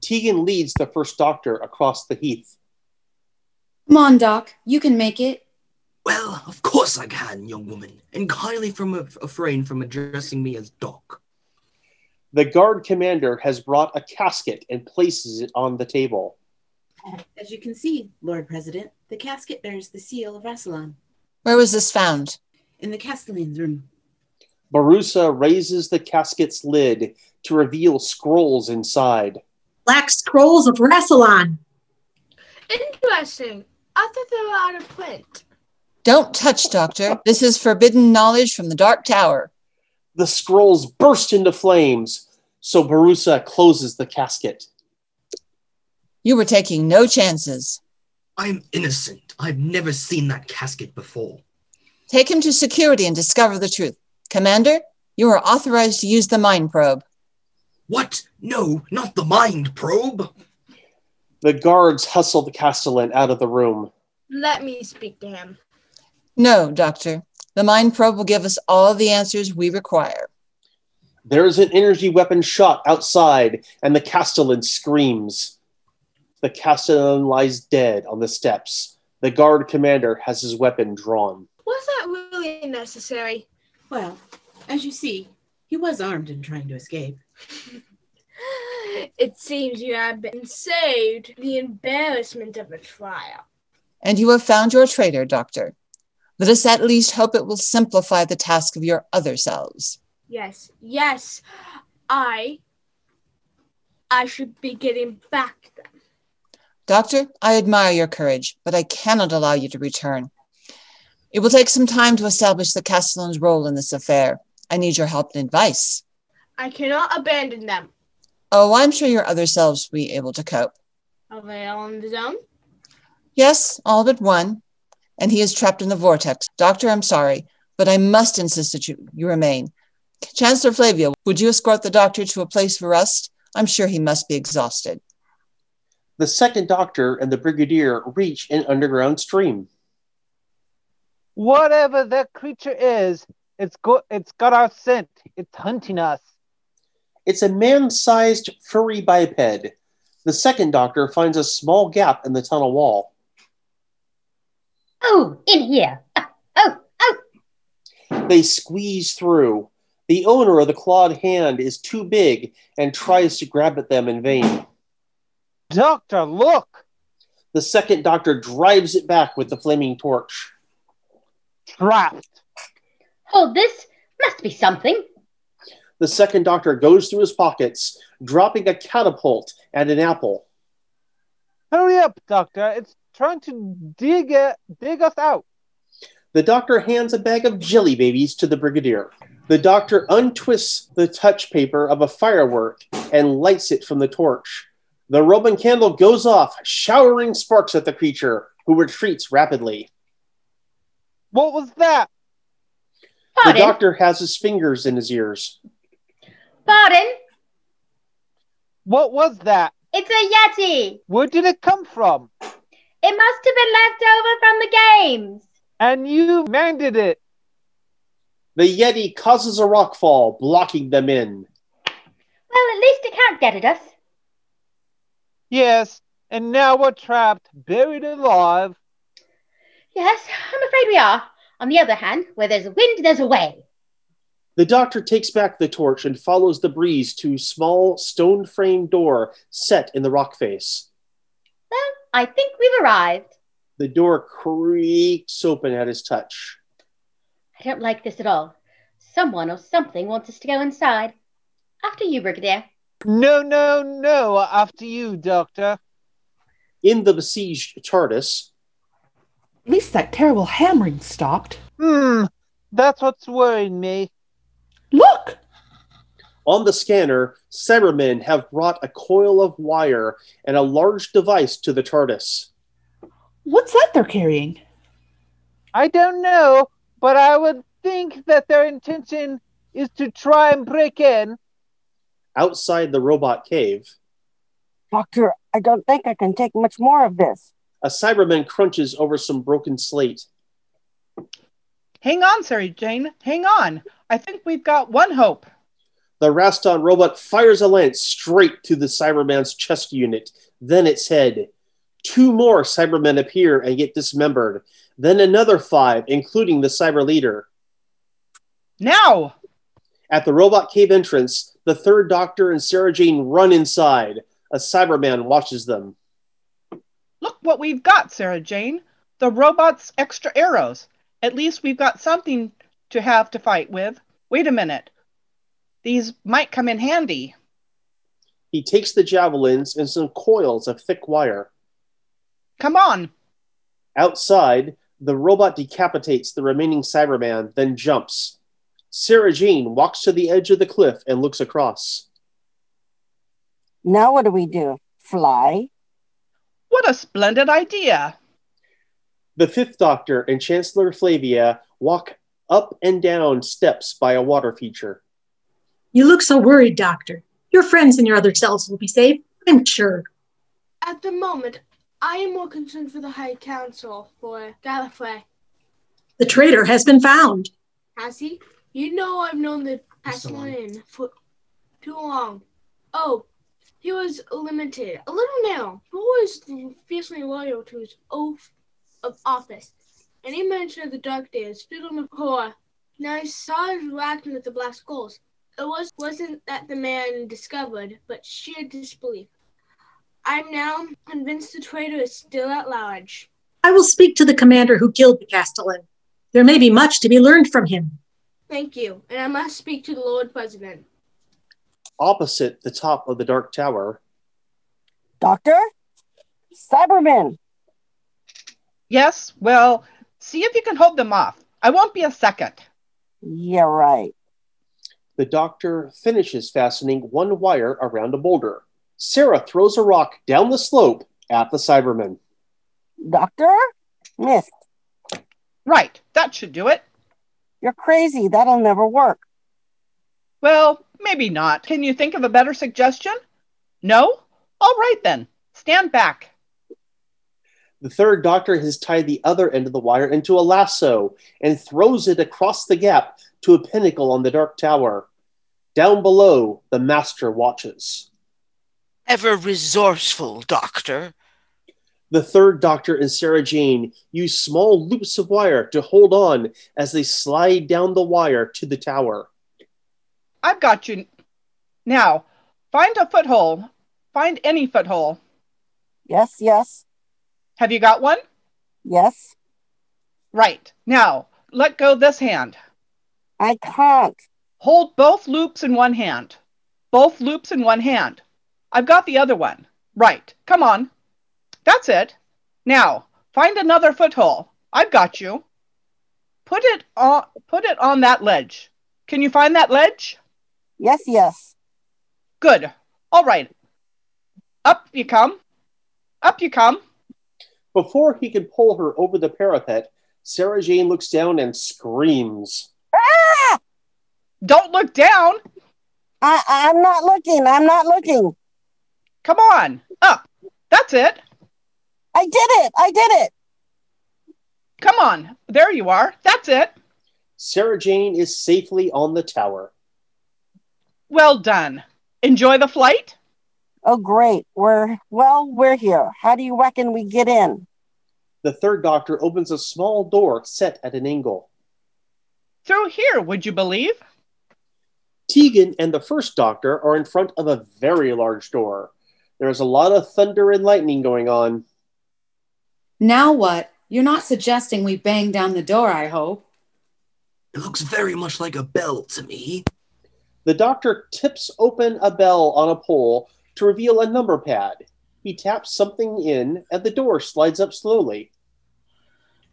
Tegan leads the first doctor across the heath.
Come on, Doc. You can make it.
Well, of course I can, young woman, and kindly from a, refrain from addressing me as Doc.
The guard commander has brought a casket and places it on the table.
As you can see, Lord President, the casket bears the seal of Rassilon
Where was this found?
in the Castellan's room.
Barusa raises the casket's lid to reveal scrolls inside.
Black Scrolls of Rassilon.
Interesting. I thought they were out of print.
Don't touch, Doctor. This is forbidden knowledge from the Dark Tower.
The scrolls burst into flames, so Barusa closes the casket.
You were taking no chances.
I'm innocent. I've never seen that casket before.
Take him to security and discover the truth. Commander, you are authorized to use the mind probe.
What? No, not the mind probe.
The guards hustle the castellan out of the room.
Let me speak to him.
No, Doctor. The mind probe will give us all the answers we require.
There is an energy weapon shot outside, and the castellan screams. The castellan lies dead on the steps. The guard commander has his weapon drawn.
Was that really necessary?
Well, as you see, he was armed and trying to escape.
It seems you have been saved the embarrassment of a trial.
And you have found your traitor, Doctor. Let us at least hope it will simplify the task of your other selves.
Yes, yes. I I should be getting back to them.
Doctor, I admire your courage, but I cannot allow you to return. It will take some time to establish the Castellan's role in this affair. I need your help and advice.
I cannot abandon them.
Oh, I'm sure your other selves will be able to cope.
Are they all in the zone?
Yes, all but one. and he is trapped in the vortex. Doctor, I'm sorry, but I must insist that you, you remain. Chancellor Flavia, would you escort the doctor to a place for rest? I'm sure he must be exhausted.
The second doctor and the brigadier reach an underground stream.
Whatever that creature is, it's go- it's got our scent. It's hunting us.
It's a man sized furry biped. The second doctor finds a small gap in the tunnel wall.
Oh, in here.
They squeeze through. The owner of the clawed hand is too big and tries to grab at them in vain.
Doctor, look!
The second doctor drives it back with the flaming torch.
Trapped.
Hold Oh, this. Must be something.
The second doctor goes through his pockets, dropping a catapult and an apple.
Hurry up, doctor! It's trying to dig uh, dig us out.
The doctor hands a bag of jelly babies to the brigadier. The doctor untwists the touch paper of a firework and lights it from the torch. The Roman candle goes off, showering sparks at the creature, who retreats rapidly.
What was that?
The
Pardon?
doctor has his fingers in his ears.
Pardon?
What was that?
It's a Yeti.
Where did it come from?
It must have been left over from the games.
And you mended it.
The Yeti causes a rockfall, blocking them in.
Well, at least it can't get at us.
Yes, and now we're trapped, buried alive.
Yes, I'm afraid we are. On the other hand, where there's a wind, there's a way.
The doctor takes back the torch and follows the breeze to a small stone framed door set in the rock face.
Well, I think we've arrived.
The door creaks open at his touch.
I don't like this at all. Someone or something wants us to go inside. After you, Brigadier.
No, no, no, after you, Doctor.
In the besieged TARDIS,
At least that terrible hammering stopped.
Hmm, that's what's worrying me.
Look!
on the scanner, Cybermen have brought a coil of wire and a large device to the TARDIS.
What's that they're carrying?
I don't know, but I would think that their intention is to try and break in.
Outside the robot cave,
Doctor, I don't think I can take much more of this.
a Cyberman crunches over some broken slate.
Hang on, Sarah Jane. Hang on. I think we've got one hope.
The Raston robot fires a lance straight to the Cyberman's chest unit, then its head. Two more Cybermen appear and get dismembered, then another five, including the Cyber leader.
Now!
At the robot cave entrance, the third doctor and Sarah Jane run inside. A Cyberman watches them.
Look what we've got, Sarah Jane. The robot's extra arrows. At least we've got something to have to fight with. Wait a minute. These might come in handy.
He takes the javelins and some coils of thick wire.
Come on.
Outside, the robot decapitates the remaining Cyberman, then jumps. Sarah Jane walks to the edge of the cliff and looks across.
Now what do we do? Fly?
What a splendid idea.
The Fifth Doctor and Chancellor Flavia walk up and down steps by a water feature.
You look so worried, Doctor. Your friends and your other selves will be safe, I'm sure.
At the moment, I am more concerned for the High Council for Gallifrey.
The traitor has been found.
Has he? You know I've known the Aslan for too long. Oh, he was limited, a little now, but was fiercely loyal to his oath of office. Any mention of the Dark Days, Fiddle of Horror. Now I saw his reaction at the Black Skulls. It was, wasn't that the man discovered, but sheer disbelief. I'm now convinced the traitor is still at large.
I will speak to the commander who killed the Castellan. There may be much to be learned from him.
Thank you, and I must speak to the Lord President.
Opposite the top of the Dark Tower,
Doctor? Cybermen!
Yes, well, see if you can hold them off. I won't be a second.
Yeah, right.
the Doctor finishes fastening one wire around a boulder. Sarah throws a rock down the slope at the Cyberman.
Doctor? Missed.
Right, that should do it.
You're crazy. That'll never work.
Well, maybe not. Can you think of a better suggestion? No? All right then. Stand back.
The third doctor has tied the other end of the wire into a lasso and throws it across the gap to a pinnacle on the dark tower. Down below, the master watches.
Ever resourceful, Doctor.
The third doctor and Sarah Jane use small loops of wire to hold on as they slide down the wire to the tower.
I've got you. Now, find a foothold. Find any foothold.
Yes, yes.
Have you got one?
Yes.
Right. Now, let go this hand.
I can't.
Hold both loops in one hand. Both loops in one hand. I've got the other one. Right. Come on. That's it. Now, find another foothold. I've got you. Put it on put it on that ledge. Can you find that ledge?
Yes, yes.
Good. All right. Up you come. Up you come.
Before he can pull her over the parapet, Sarah Jane looks down and screams.
Ah!
Don't look down.
I, I'm not looking. I'm not looking.
Come on. Up. That's it.
I did it. I did it.
Come on. There you are. That's it.
Sarah Jane is safely on the tower.
Well done. Enjoy the flight?
Oh, great. We're, well, we're here. How do you reckon we get in?
The third doctor opens a small door set at an angle.
Through here, would you believe?
Tegan and the first doctor are in front of a very large door. There's a lot of thunder and lightning going on.
Now what? You're not suggesting we bang down the door, I hope.
It looks very much like a bell to me.
The doctor tips open a bell on a pole to reveal a number pad. He taps something in, and the door slides up slowly.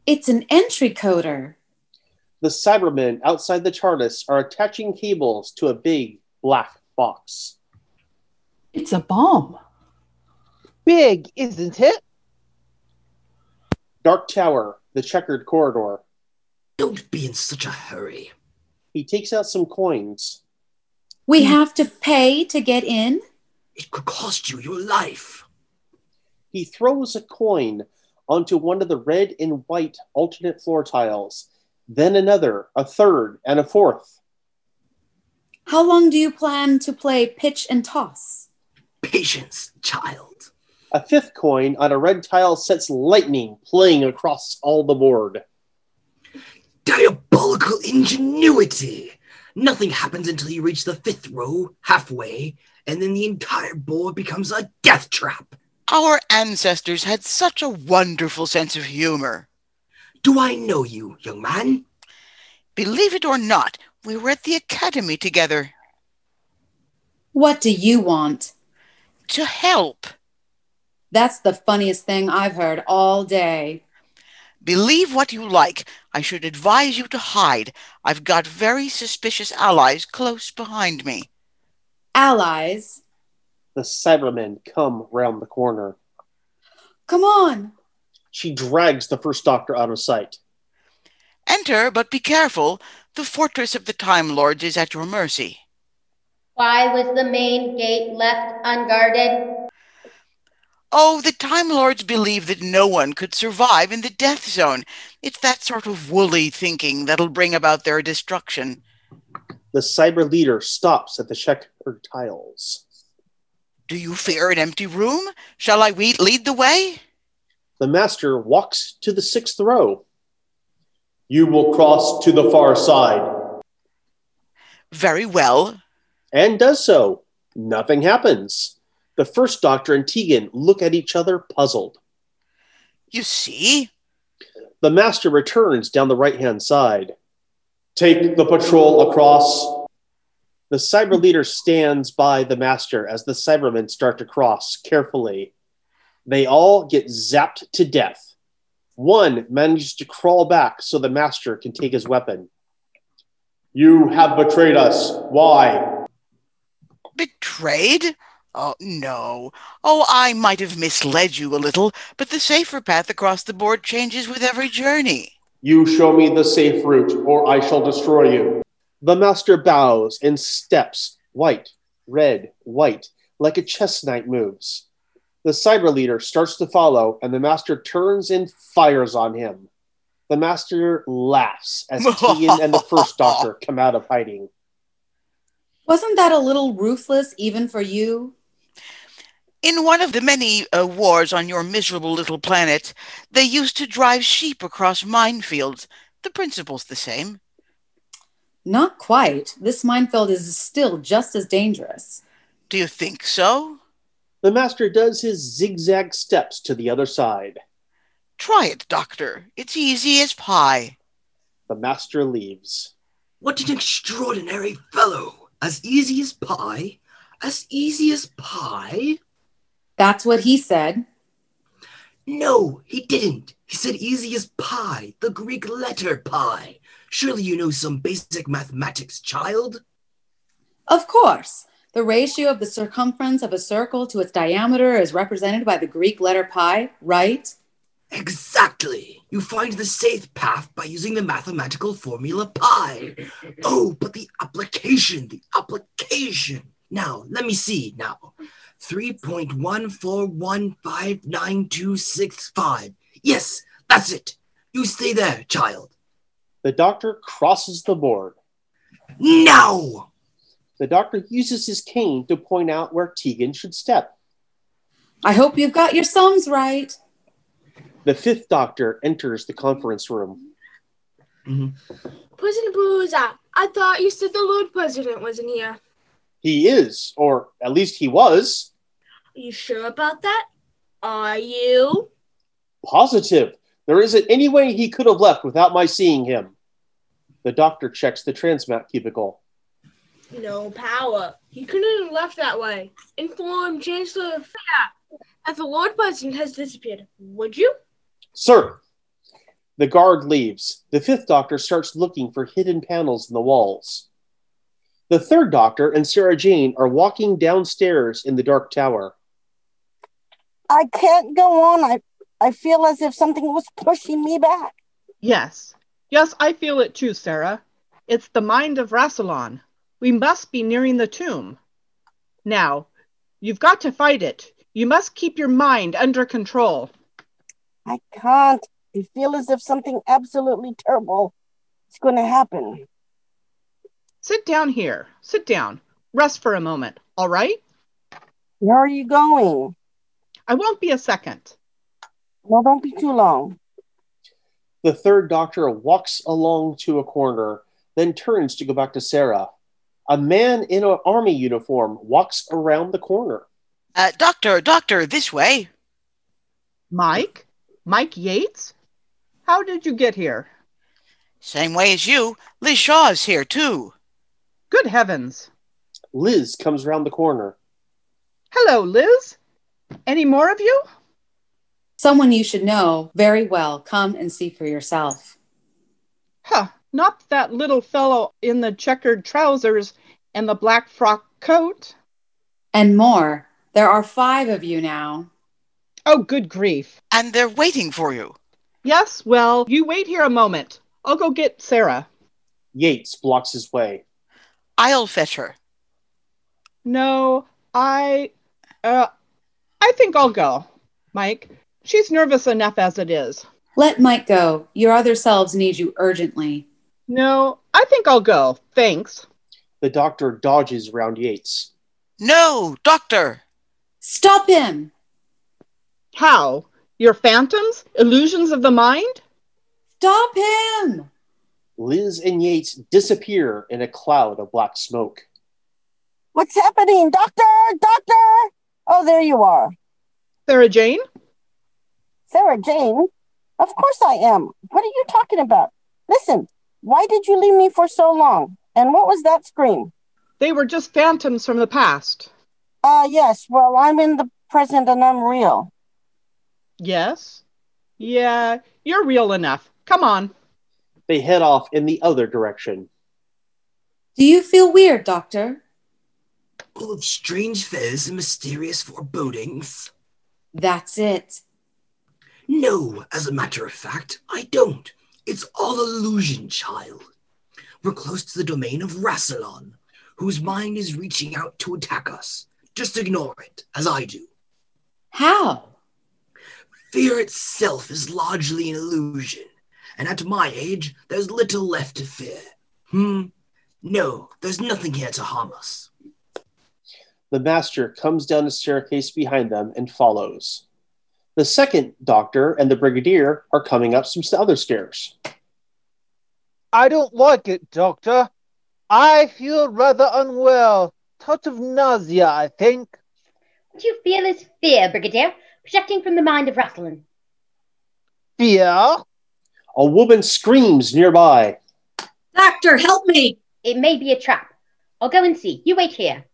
It's an entry coder.
The Cybermen outside the TARDIS are attaching cables to a big black box.
It's a bomb.
Big, isn't it?
Dark Tower, the checkered corridor.
Don't be in such a hurry.
He takes out some coins.
We
Mm.
have to pay to get in?
It could cost you your life.
He throws a coin onto one of the red and white alternate floor tiles, then another, a third, and a fourth.
How long do you plan to play pitch and toss?
Patience, child.
A fifth coin on a red tile sets lightning playing across all the board.
Diabolical ingenuity! Nothing happens until you reach the fifth row, halfway, and then the entire board becomes a death trap.
Our ancestors had such a wonderful sense of humor.
Do I know you, young man?
Believe it or not, we were at the academy together.
What do you want?
To help.
That's the funniest thing I've heard all day.
Believe what you like. I should advise you to hide. I've got very suspicious allies close behind me.
Allies?
The Cybermen come round the corner.
Come on.
She drags the first doctor out of sight.
Enter, but be careful. The fortress of the Time Lords is at your mercy.
Why was the main gate left unguarded?
Oh, the Time Lords believe that no one could survive in the Death Zone. It's that sort of woolly thinking that'll bring about their destruction.
The cyber leader stops at the checkered tiles.
Do you fear an empty room? Shall I we- lead the way?
The master walks to the sixth row. You will cross to the far side.
Very well.
And does so. Nothing happens. The first doctor and Tegan look at each other, puzzled.
You see?
The master returns down the right hand side. Take the patrol across. The cyber leader stands by the master as the cybermen start to cross carefully. They all get zapped to death. One manages to crawl back so the master can take his weapon. You have betrayed us. Why?
Betrayed? Oh, no. Oh, I might have misled you a little, but the safer path across the board changes with every journey.
You show me the safe route, or I shall destroy you. The master bows and steps, white, red, white, like a chess knight moves. The cyber leader starts to follow, and the master turns and fires on him. The master laughs as Keegan and the first doctor come out of hiding.
Wasn't that a little ruthless even for you?
In one of the many uh, wars on your miserable little planet, they used to drive sheep across minefields. The principle's the same.
Not quite. This minefield is still just as dangerous.
Do you think so?
The master does his zigzag steps to the other side.
Try it, Doctor. It's easy as pie.
The master leaves.
What an extraordinary fellow! As easy as pie? As easy as pie?
That's what he said.
No, he didn't. He said easy as pi, the Greek letter pi. Surely you know some basic mathematics, child.
Of course, the ratio of the circumference of a circle to its diameter is represented by the Greek letter pi, right?
Exactly. You find the safe path by using the mathematical formula pi. Oh, but the application, the application. Now, let me see now. 3.1415925. Yes, that's it. You stay there, child.
The doctor crosses the board.
Now!
The doctor uses his cane to point out where Tegan should step.
I hope you've got your sums right.
The fifth doctor enters the conference room.
Mm-hmm.
President Booza, I thought you said the Lord President wasn't here.
He is, or at least he was,
Are you sure about that? Are you?
positive. There isn't any way he could have left without my seeing him. The doctor checks the transmat cubicle.
No power. He couldn't have left that way. Inform Chancellor Freya that the Lord President has disappeared. Would you?
Sir! The guard leaves. The fifth doctor starts looking for hidden panels in the walls. The third doctor and Sarah Jane are walking downstairs in the dark tower.
I can't go on. I I feel as if something was pushing me back.
Yes. Yes, I feel it too, Sarah. It's the mind of Rassilon. We must be nearing the tomb. Now, you've got to fight it. You must keep your mind under control.
I can't. I feel as if something absolutely terrible is going to happen.
Sit down here. Sit down. Rest for a moment, all right?
Where are you going?
I won't be a second.
Well, don't be too long.
The third doctor walks along to a corner, then turns to go back to Sarah. A man in an army uniform walks around the corner.
Uh, doctor, doctor, this way.
Mike? Mike Yates? How did you get here?
Same way as you. Liz Shaw is here, too.
Good heavens.
Liz comes around the corner.
Hello, Liz. Any more of you?
Someone you should know very well. Come and see for yourself.
Huh, not that little fellow in the checkered trousers and the black frock coat.
And more. There are five of you now.
Oh, good grief.
And they're waiting for you.
Yes, well, you wait here a moment. I'll go get Sarah.
Yates blocks his way.
I'll fetch her.
No, I uh I think I'll go. Mike, she's nervous enough as it is.
Let Mike go. Your other selves need you urgently.
No, I think I'll go. Thanks.
The doctor dodges around Yates.
No, doctor.
Stop him!
How? Your phantoms? Illusions of the mind?
Stop him!
Liz and Yates disappear in a cloud of black smoke.
What's happening? Doctor! Doctor! Oh, there you are.
Sarah Jane?
Sarah Jane? Of course I am. What are you talking about? Listen, why did you leave me for so long? And what was that scream?
They were just phantoms from the past.
Uh, yes, well, I'm in the present and I'm real.
Yes? Yeah, you're real enough. Come on.
They head off in the other direction.
Do you feel weird, Doctor?
Full of strange fears and mysterious forebodings.
That's it.
No, as a matter of fact, I don't. It's all illusion, child. We're close to the domain of Rassilon, whose mind is reaching out to attack us. Just ignore it, as I do.
How?
Fear itself is largely an illusion, and at my age, there's little left to fear. Hmm? No, there's nothing here to harm us.
The master comes down the staircase behind them and follows. The second doctor and the brigadier are coming up some other stairs.
I don't like it, Doctor. I feel rather unwell. Touch of nausea, I think.
What you feel is fear, Brigadier, projecting from the mind of Rassilon.
Fear?
A woman screams nearby.
Doctor, help me! It may be a trap. I'll go and see. You wait here.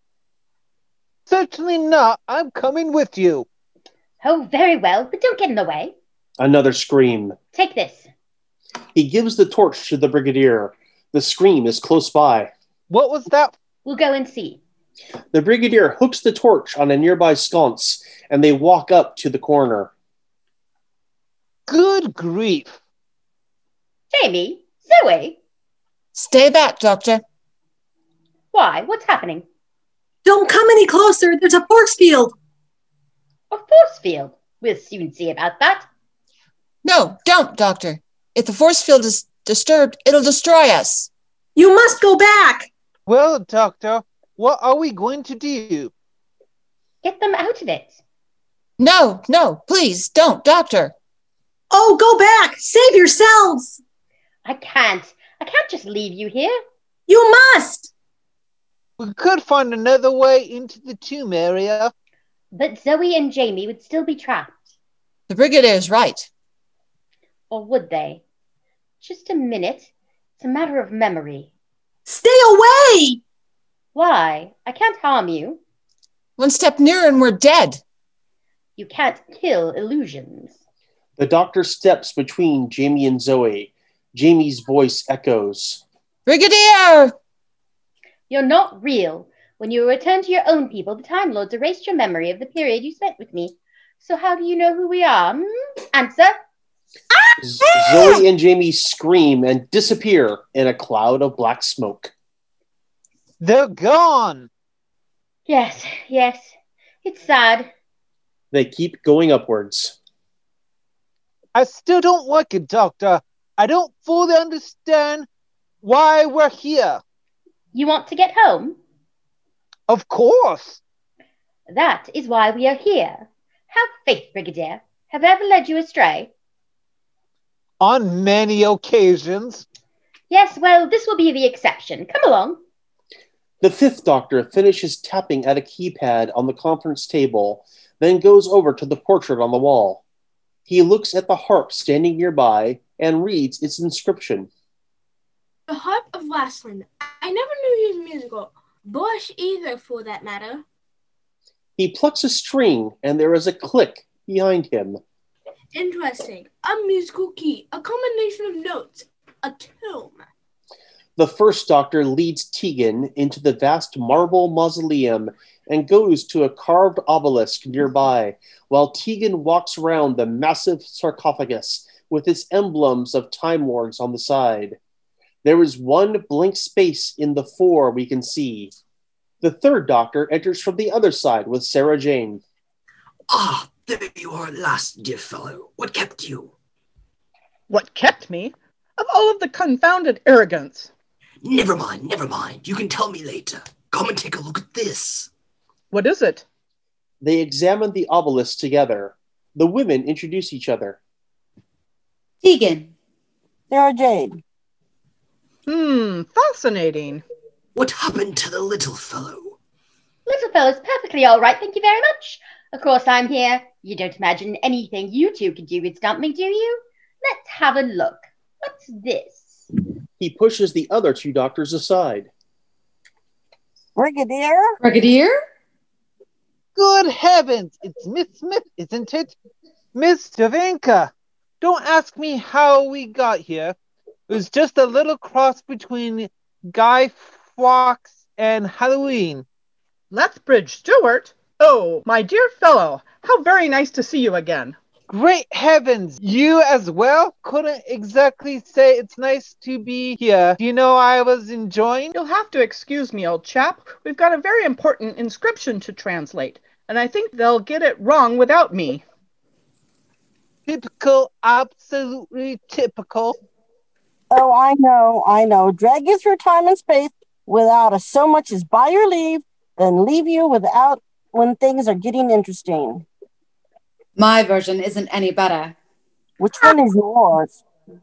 Certainly not. I'm coming with you.
Oh, very well, but don't get in the way.
Another scream.
Take this.
He gives the torch to the brigadier. The scream is close by.
What was that?
We'll go and see.
The brigadier hooks the torch on a nearby sconce and they walk up to the corner.
Good grief.
Jamie, Zoe,
Stay back, Doctor.
why? What's happening?
Don't come any closer. There's a force field.
A force field. We'll soon see about that.
No, don't, Doctor. If the force field is disturbed, it'll destroy us.
You must go back.
Well, Doctor, what are we going to do?
Get them out of it.
No, no, please don't, Doctor.
Oh, go back. Save yourselves.
I can't. I can't just leave you here.
You must.
We could find another way into the tomb area.
But Zoe and Jamie would still be trapped.
The Brigadier is right.
Or would they? Just a minute. It's a matter of memory.
Stay away!
Why? I can't harm you.
One step nearer and we're dead.
You can't kill illusions.
The doctor steps between Jamie and Zoe. Jamie's voice echoes.
Brigadier!
You're not real. When you return to your own people, the Time Lords erased your memory of the period you spent with me. So how do you know who we are? Hmm? Answer.
Z- Zoe and Jamie scream and disappear in a cloud of black smoke.
They're gone.
Yes, yes. It's sad.
They keep going upwards.
I still don't like it, Doctor. I don't fully understand why we're here.
You want to get home?
Of course.
That is why we are here. Have faith, Brigadier. Have I ever led you astray?
On many occasions.
Yes, well, this will be the exception. Come along.
The fifth doctor finishes tapping at a keypad on the conference table, then goes over to the portrait on the wall. He looks at the harp standing nearby and reads its inscription.
The Harp of Rassilon. I never knew he was musical. Bush either, for that matter.
He plucks a string, and there is a click behind him.
Interesting. A musical key, a combination of notes, a tome.
The first doctor leads Tegan into the vast marble mausoleum and goes to a carved obelisk nearby, while Tegan walks around the massive sarcophagus with its emblems of Time Lords on the side. There is one blank space in the four we can see. The third doctor enters from the other side with Sarah Jane.
Ah, there you are at last, dear fellow. What kept you?
What kept me? Of all of the confounded arrogance.
Never mind, never mind. You can tell me later. Come and take a look at this.
What is it?
They examine the obelisk together. The women introduce each other.
Tegan.
Sarah Jane.
Hmm, fascinating.
What happened to the little fellow?
Little fellow's perfectly all right, thank you very much. Of course, I'm here. You don't imagine anything you two could do would stop me, do you? Let's have a look. What's this?
He pushes the other two doctors aside.
Brigadier.
Brigadier?
Good heavens, it's Miss Smith, isn't it? Miss Javanka, don't ask me how we got here. It was just a little cross between Guy Fawkes and Halloween.
Lethbridge Stewart? Oh, my dear fellow, how very nice to see you again.
Great heavens, you as well? Couldn't exactly say it's nice to be here. Do you know I was enjoying?
You'll have to excuse me, old chap. We've got a very important inscription to translate, and I think they'll get it wrong without me.
Typical, absolutely typical.
Oh, I know, I know. Drag you through time and space without us so much as by your leave, then leave you without when things are getting interesting.
My version isn't any better.
Which one is yours?
So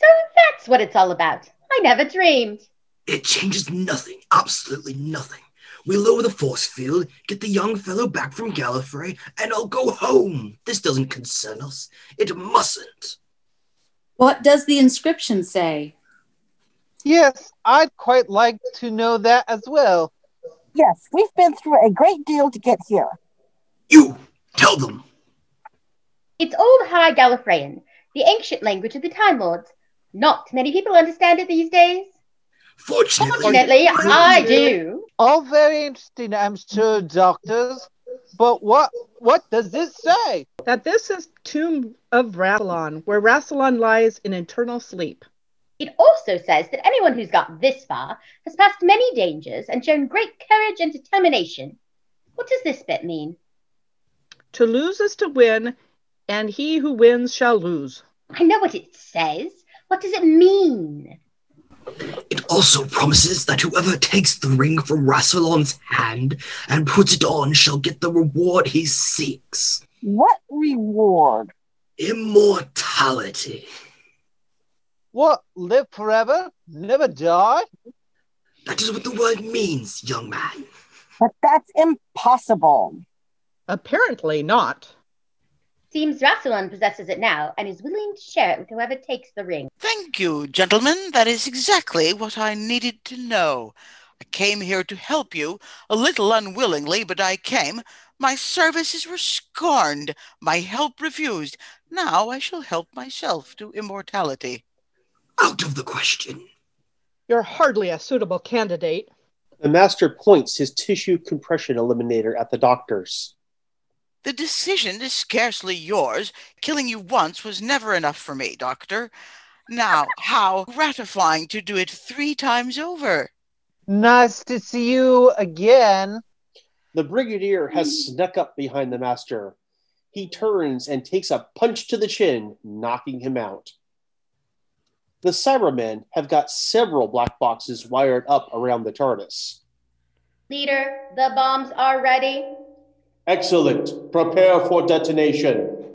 that's what it's all about. I never dreamed.
It changes nothing, absolutely nothing. We lower the force field, get the young fellow back from Gallifrey, and I'll go home. This doesn't concern us. It mustn't.
What does the inscription say?
Yes, I'd quite like to know that as well.
Yes, we've been through a great deal to get here.
Tell them.
It's Old High Gallifreyan, the ancient language of the Time Lords. Not many people understand it these days.
Fortunately,
Fortunately, I do.
All very interesting, I'm sure, doctors. But what what does this say?
That this is Tomb of Rassilon, where Rassilon lies in eternal sleep.
It also says that anyone who's got this far has passed many dangers and shown great courage and determination. What does this bit mean?
To lose is to win, and he who wins shall lose.
I know what it says. What does it mean?
It also promises that whoever takes the ring from Rassilon's hand and puts it on shall get the reward he seeks.
What reward?
Immortality.
What, live forever? Never die?
That is what the word means, young man.
But that's impossible.
Apparently not.
Seems Rassilon possesses it now and is willing to share it with whoever takes the ring.
Thank you, gentlemen. That is exactly what I needed to know. I came here to help you, a little unwillingly, but I came. My services were scorned, my help refused. Now I shall help myself to immortality.
Out of the question.
You're hardly a suitable candidate.
The master points his tissue compression eliminator at the doctors.
The decision is scarcely yours. Killing you once was never enough for me, Doctor. Now, how gratifying to do it three times over.
Nice to see you again.
The brigadier has snuck up behind the master. He turns and takes a punch to the chin, knocking him out. The Cybermen have got several black boxes wired up around the TARDIS.
Leader, the bombs are ready.
Excellent. Prepare for detonation.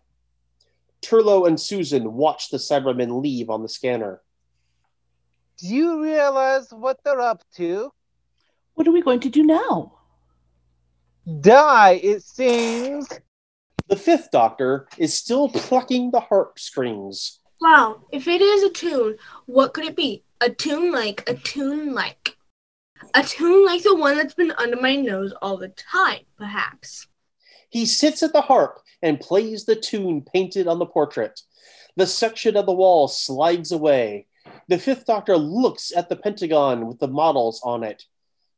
Turlo and Susan watch the Cybermen leave on the scanner.
Do you realize what they're up to?
What are we going to do now?
Die, it seems.
The fifth doctor is still plucking the harp strings.
Wow, if it is a tune, what could it be? A tune like, a tune like. A tune like the one that's been under my nose all the time, perhaps.
He sits at the harp and plays the tune painted on the portrait. The section of the wall slides away. The fifth doctor looks at the pentagon with the models on it.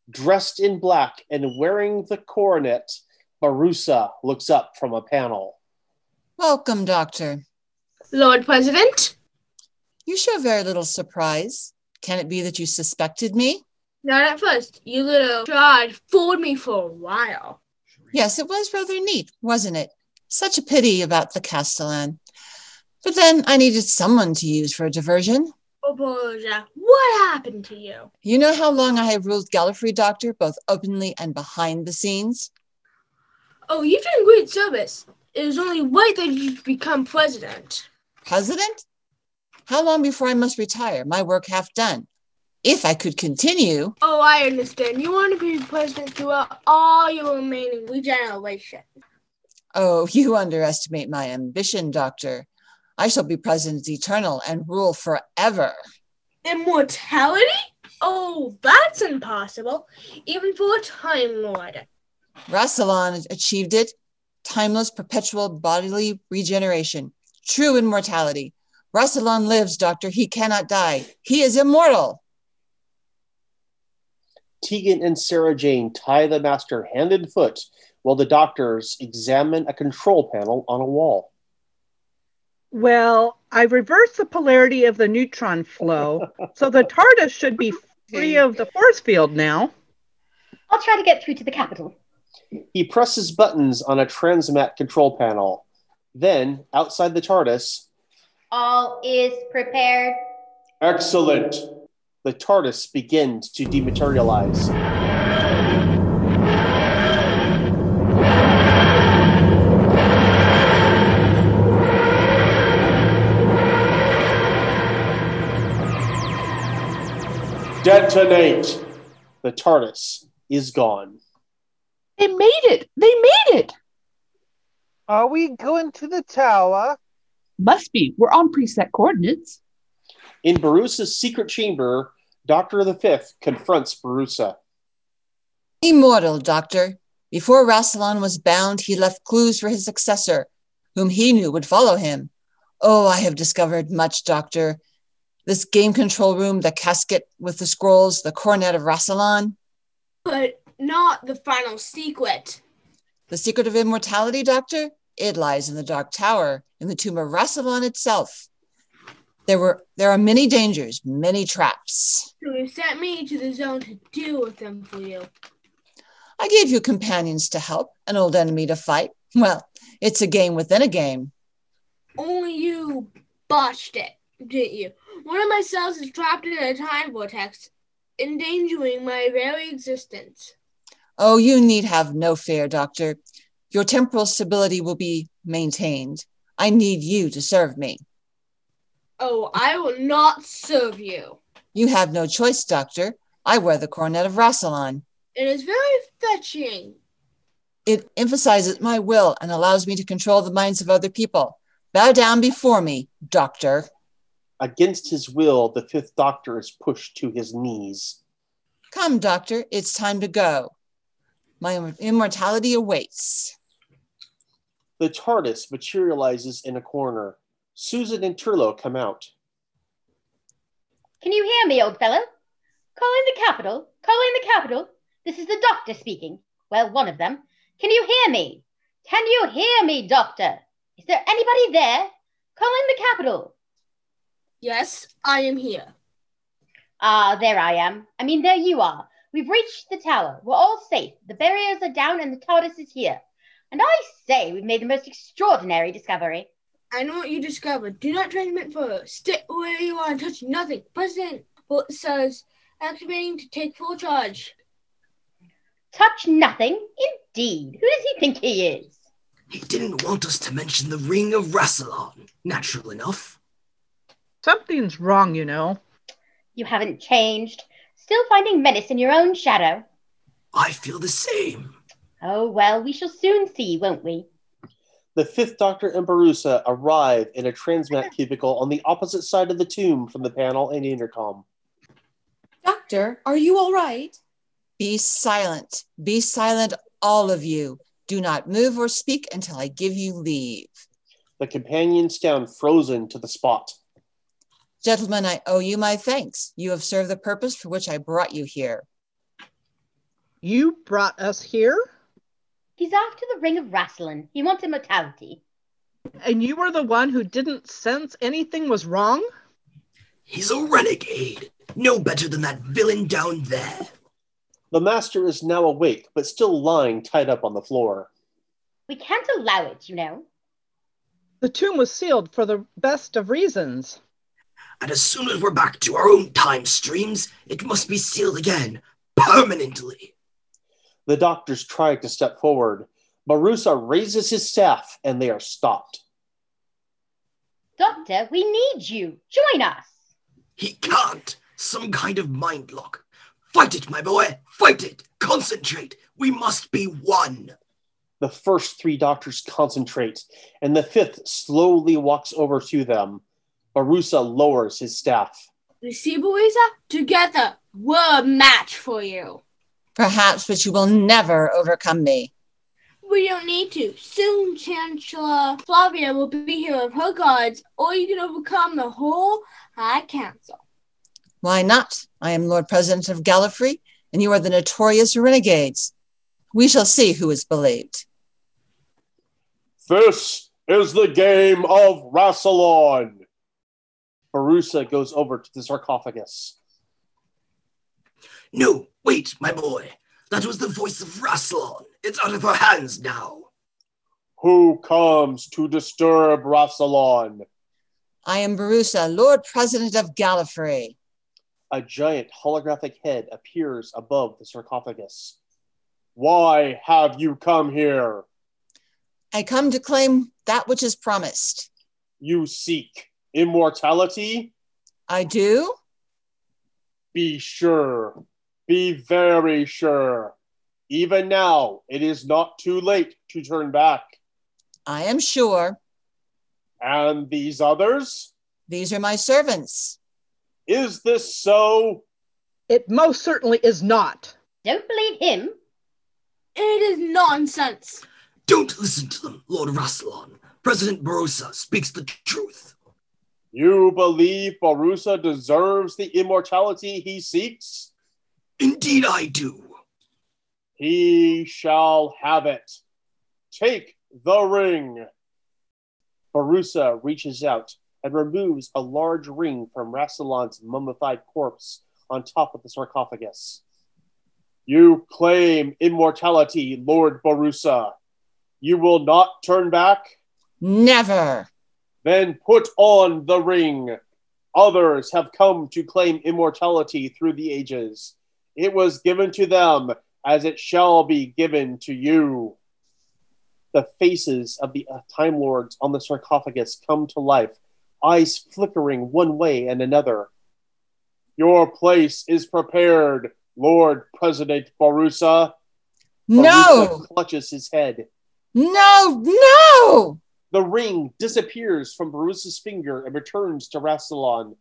Dressed in black and wearing the coronet, Barusa looks up from a panel.
Welcome, Doctor.
Lord President?
You show very little surprise. Can it be that you suspected me?
Not at first. You little tried fooled me for a while.
Yes, it was rather neat, wasn't it? Such a pity about the Castellan. But then I needed someone to use for a diversion.
Oh, Borgia, what happened to you?
You know how long I have ruled Gallifrey Doctor, both openly and behind the scenes?
Oh, you've done great service. It was only right that you become president.
President? How long before I must retire? My work half done. If I could continue,
Oh, I understand. You want to be president throughout all your remaining regeneration.
oh, you underestimate my ambition, Doctor. I shall be president eternal and rule forever.
Immortality? Oh, that's impossible. Even for a Time Lord.
Rassilon achieved it timeless, perpetual bodily regeneration, true immortality. Rassilon lives, Doctor. He cannot die. He is immortal.
Tegan and Sarah Jane tie the master hand and foot while the doctors examine a control panel on a wall.
Well, I reversed the polarity of the neutron flow, so the TARDIS should be free of the force field now.
I'll try to get through to the capital.
He presses buttons on a transmat control panel. Then, outside the TARDIS,
All is prepared.
excellent! The TARDIS begins to dematerialize. Detonate! The TARDIS is gone.
They made it. They made it.
Are we going to the tower?
Must be. We're on preset coordinates.
In Barusa's secret chamber, Doctor the Fifth confronts Barusa.
Immortal, Doctor. Before Rassilon was bound, he left clues for his successor, whom he knew would follow him. Oh, I have discovered much, Doctor. This game control room, the casket with the scrolls, the coronet of Rassilon.
But not the final secret.
The secret of immortality, Doctor? It lies in the Dark Tower, in the tomb of Rassilon itself. There were there are many dangers, many traps.
So you sent me to the zone to deal with them for you.
I gave you companions to help, an old enemy to fight. Well, it's a game within a game.
Only you botched it, didn't you? One of my cells is trapped in a time vortex, endangering my very existence.
Oh, you need have no fear, Doctor. Your temporal stability will be maintained. I need you to serve me.
Oh, I will not serve you.
You have no choice, Doctor. I wear the coronet of Rassilon.
It is very fetching.
It emphasizes my will and allows me to control the minds of other people. Bow down before me, Doctor.
Against his will, the Fifth Doctor is pushed to his knees.
Come, Doctor, it's time to go. My im- immortality awaits.
The TARDIS materializes in a corner. Susan and Turlo come out.
Can you hear me, old fellow? Call in the capital. Call in the capital. This is the doctor speaking. Well, one of them. Can you hear me? Can you hear me, doctor? Is there anybody there? Call in the capital.
Yes, I am here.
Ah, there I am. I mean, there you are. We've reached the tower. We're all safe. The barriers are down and the TARDIS is here. And I say we've made the most extraordinary discovery.
I know what you discovered. Do not transmit further. Stay where you are and touch nothing. President Bolt says activating to take full charge.
Touch nothing? Indeed. Who does he think he is?
He didn't want us to mention the ring of Rassilon. Natural enough.
Something's wrong, you know.
You haven't changed. Still finding menace in your own shadow.
I feel the same.
Oh, well, we shall soon see, won't we?
The Fifth Doctor and Barusa arrive in a transmat cubicle on the opposite side of the tomb from the panel and intercom.
Doctor, are you all right?
Be silent. Be silent, all of you. Do not move or speak until I give you leave.
The companions stand frozen to the spot.
Gentlemen, I owe you my thanks. You have served the purpose for which I brought you here.
You brought us here?
He's after the ring of Rassilon. He wants immortality.
And you were the one who didn't sense anything was wrong?
He's a renegade. No better than that villain down there.
The Master is now awake, but still lying tied up on the floor.
We can't allow it, you know.
The tomb was sealed for the best of reasons.
And as soon as we're back to our own time streams, it must be sealed again, permanently.
The doctors try to step forward. Barusa raises his staff, and they are stopped.
Doctor, we need you. Join us.
He can't. Some kind of mind lock. Fight it, my boy. Fight it. Concentrate. We must be one.
The first three doctors concentrate, and the fifth slowly walks over to them. Barusa lowers his staff.
You see, Louisa? Together, we're a match for you.
Perhaps, but you will never overcome me.
We don't need to. Soon, Chancellor Flavia will be here with her guards, or you can overcome the whole High Council.
Why not? I am Lord President of Gallifrey, and you are the notorious renegades. We shall see who is believed.
This is the game of Rassilon. Barusa goes over to the sarcophagus.
No, wait, my boy. That was the voice of Rassilon. It's out of our hands now.
Who comes to disturb Rassilon?
I am Barusa, Lord President of Gallifrey.
A giant holographic head appears above the sarcophagus. Why have you come here?
I come to claim that which is promised.
You seek immortality?
I do.
Be sure. Be very sure. Even now, it is not too late to turn back.
I am sure.
And these others?
These are my servants.
Is this so?
It most certainly is not.
Don't believe him.
It is nonsense.
Don't listen to them, Lord Rassilon. President Barossa speaks the truth.
You believe Barusa deserves the immortality he seeks?
Indeed, I do.
He shall have it. Take the ring. Barusa reaches out and removes a large ring from Rassilon's mummified corpse on top of the sarcophagus. You claim immortality, Lord Barusa. You will not turn back?
Never.
Then put on the ring. Others have come to claim immortality through the ages. It was given to them as it shall be given to you. The faces of the uh, Time Lords on the sarcophagus come to life, eyes flickering one way and another. Your place is prepared, Lord President Barusa.
No!
Barusa clutches his head.
No, no!
The ring disappears from Barusa's finger and returns to Rassilon.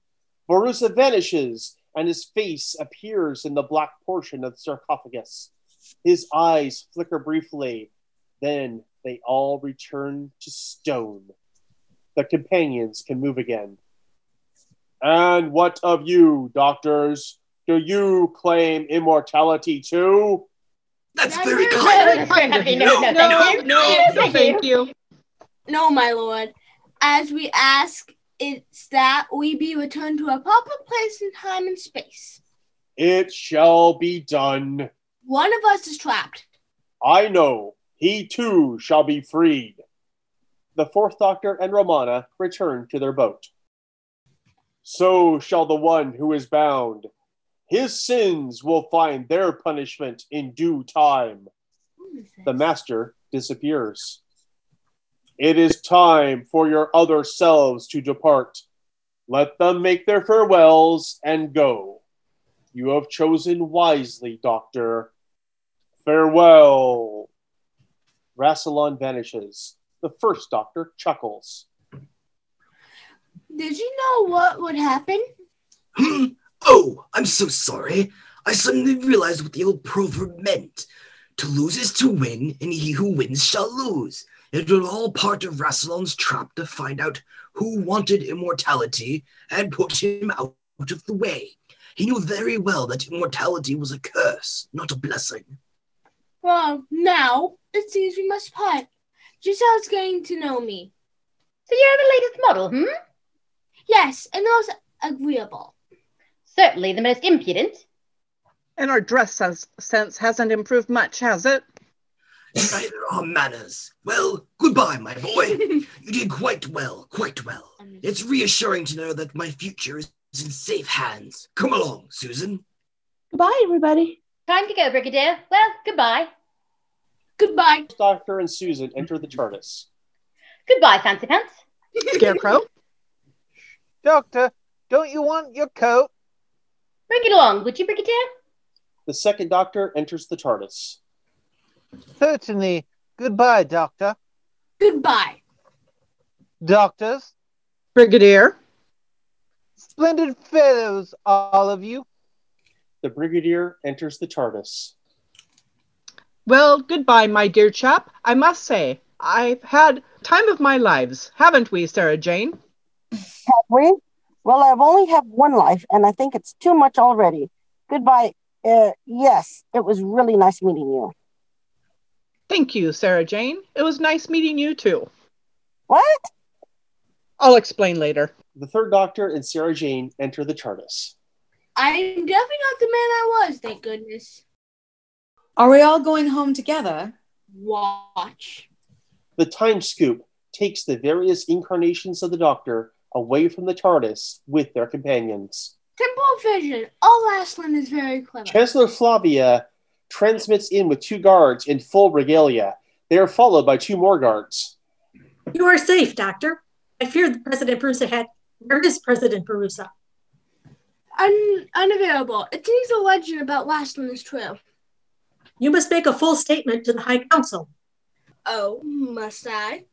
Barusa vanishes, and his face appears in the black portion of the sarcophagus. His eyes flicker briefly, then they all return to stone. The companions can move again. And what of you, doctors? Do you claim immortality too?
That's very
no,
kind.
no, no,
of you.
no, no,
No, no, no, no, thank you.
No, my lord. As we ask, it's that we be returned to a proper place in time and space.
It shall be done.
One of us is trapped.
I know he too shall be freed. The fourth doctor and Romana return to their boat. So shall the one who is bound. His sins will find their punishment in due time. The master disappears. It is time for your other selves to depart. Let them make their farewells and go. You have chosen wisely, Doctor. Farewell. Rassilon vanishes. The first doctor chuckles.
Did you know what would happen?
Hmm? Oh, I'm so sorry. I suddenly realized what the old proverb meant. To lose is to win, and he who wins shall lose. It was all part of Rassilon's trap to find out who wanted immortality and put him out of the way. He knew very well that immortality was a curse, not a blessing.
Well, now it seems we must part. Giselle's getting to know me.
So you're the latest model, hmm?
Yes, and most agreeable.
Certainly the most impudent.
And our dress sense, sense hasn't improved much, has it?
Neither are manners. Well, goodbye, my boy. you did quite well, quite well. It's reassuring to know that my future is in safe hands. Come along, Susan.
Goodbye, everybody.
Time to go, Brigadier. Well, goodbye.
Goodbye.
Doctor and Susan enter the TARDIS.
Goodbye, Fancy Pants.
Scarecrow?
Doctor, don't you want your coat?
Bring it along, would you, Brigadier?
The second doctor enters the TARDIS.
Certainly. Goodbye, Doctor.
Goodbye.
Doctors,
Brigadier?
splendid fellows, all of you.
The Brigadier enters the TARDIS.
Well, goodbye, my dear chap. I must say, I've had time of my lives, haven't we, Sarah Jane?
Have we? Well, I've only had one life, and I think it's too much already. Goodbye. Uh, yes, it was really nice meeting you.
Thank you, Sarah Jane. It was nice meeting you too.
What?
I'll explain later.
The third doctor and Sarah Jane enter the TARDIS.
I'm definitely not the man I was, thank goodness.
Are we all going home together?
Watch.
The time scoop takes the various incarnations of the Doctor away from the TARDIS with their companions.
Simple vision. All Aslan is very clever.
Chancellor Flavia transmits in with two guards in full regalia. They are followed by two more guards.
You are safe, Doctor. I feared President Perusa had. Where is President Perusa?
Un- unavailable. It seems a legend about Lastland is true.
You must make a full statement to the High Council.
Oh, must I?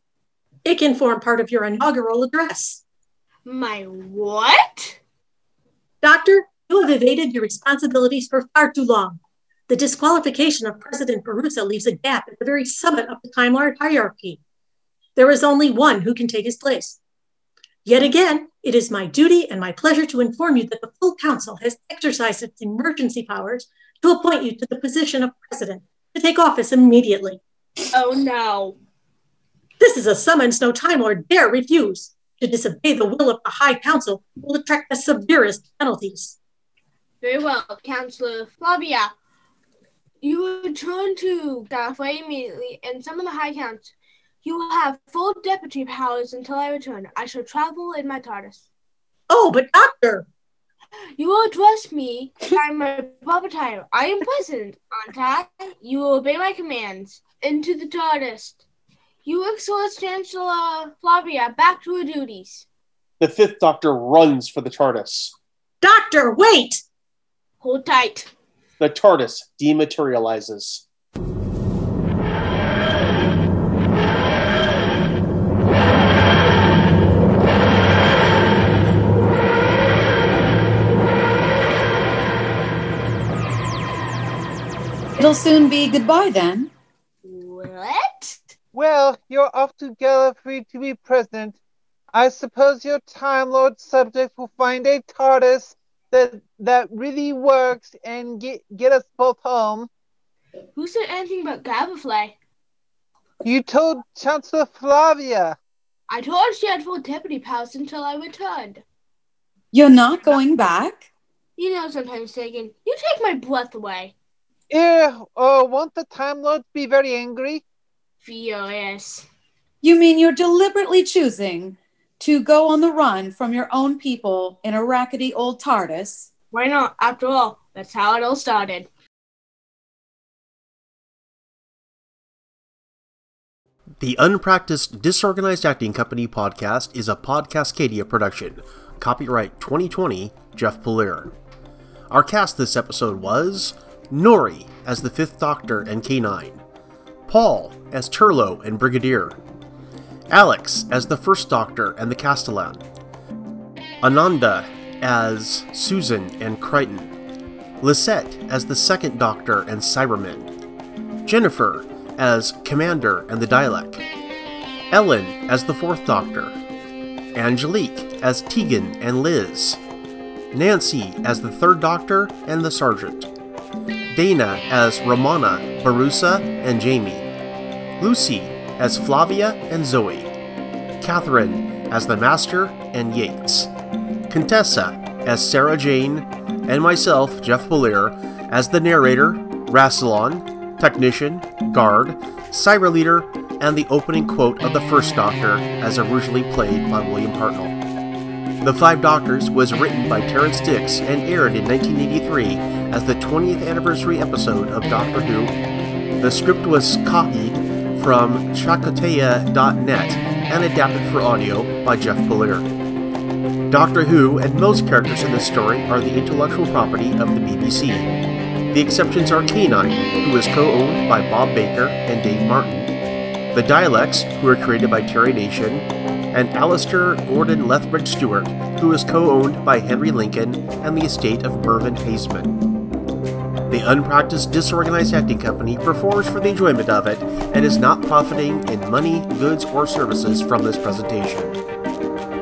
It can form part of your inaugural address.
My what?
Doctor, you have evaded your responsibilities for far too long. The disqualification of President Perusa leaves a gap at the very summit of the Time Lord hierarchy. There is only one who can take his place. Yet again, it is my duty and my pleasure to inform you that the full council has exercised its emergency powers to appoint you to the position of president to take office immediately.
Oh no.
This is a summons no Time Lord dare refuse. To disobey the will of the High Council will attract the severest penalties.
Very well, Counselor Flavia. You return to Gallifrey immediately and summon the High Council. You will have full deputy powers until I return. I shall travel in my TARDIS.
Oh, but Doctor!
You will address me as I'm above a tyrant. I am president, aren't I? You will obey my commands. Into the TARDIS. You excellent Chancellor Flavia, back to your duties.
The fifth Doctor runs for the TARDIS.
Doctor, wait!
Hold tight.
The TARDIS dematerializes.
It'll soon be goodbye then.
What?
Well, you're off to Gallifrey to be president. I suppose your Time Lord subjects will find a TARDIS that that really works and get get us both home.
Who said anything about Gabafly?
You told Chancellor Flavia.
I told her she had full deputy powers until I returned.
You're not going back?
You know, sometimes, Sagan, you take my breath away.
Eh, uh, won't the Time Lord be very angry?
Furious.
You mean you're deliberately choosing to go on the run from your own people in a rackety old TARDIS?
Why not? After all, that's how it all started.
The Unpracticed Disorganized Acting Company podcast is a Podcastcadia production. Copyright 2020, Jeff Polier. Our cast this episode was Nori as the Fifth Doctor and K9, Paul as Turlo and Brigadier, Alex as the First Doctor and the Castellan, Ananda as Susan and Crichton, Lisette as the Second Doctor and Cybermen, Jennifer as Commander and the Dalek, Ellen as the Fourth Doctor, Angelique as Tegan and Liz, Nancy as the Third Doctor and the Sergeant, Dana as Romana, Barusa, and Jamie, Lucy as Flavia and Zoe, Catherine as the Master and Yates, Contessa as Sarah Jane, and myself, Jeff Belier, as the narrator, Rassilon, technician, guard, cyber leader, and the opening quote of the first Doctor, as originally played by William Hartnell. The Five Doctors was written by Terrence Dix and aired in 1983 as the 20th anniversary episode of Doctor Who. The script was copied from Chakotaya.net and adapted for audio by Jeff Belier. Doctor Who and most characters in this story are the intellectual property of the BBC. The exceptions are Canine, who is co owned by Bob Baker and Dave Martin, the Dialects, who were created by Terry Nation, and Alistair Gordon Lethbridge Stewart, who is co owned by Henry Lincoln and the estate of Mervyn Haseman. The Unpracticed Disorganized Acting Company performs for the enjoyment of it and is not profiting in money, goods, or services from this presentation.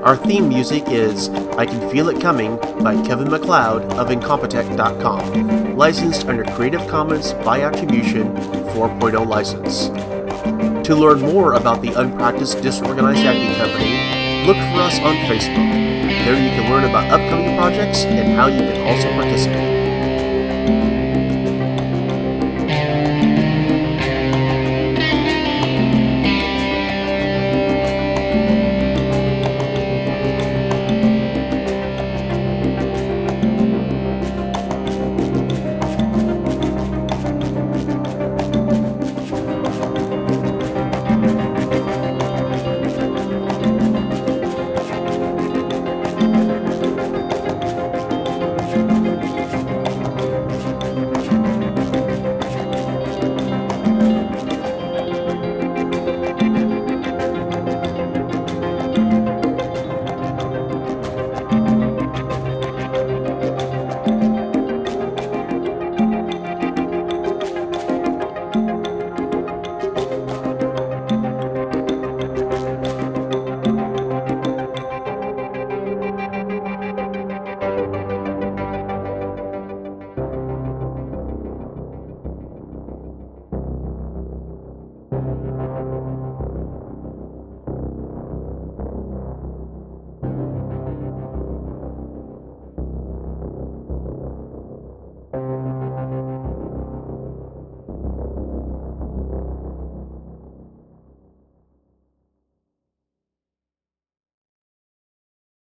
Our theme music is I Can Feel It Coming by Kevin McLeod of Incompetech.com, licensed under Creative Commons by Attribution 4.0 license. To learn more about the Unpracticed Disorganized Acting Company, look for us on Facebook. There you can learn about upcoming projects and how you can also participate.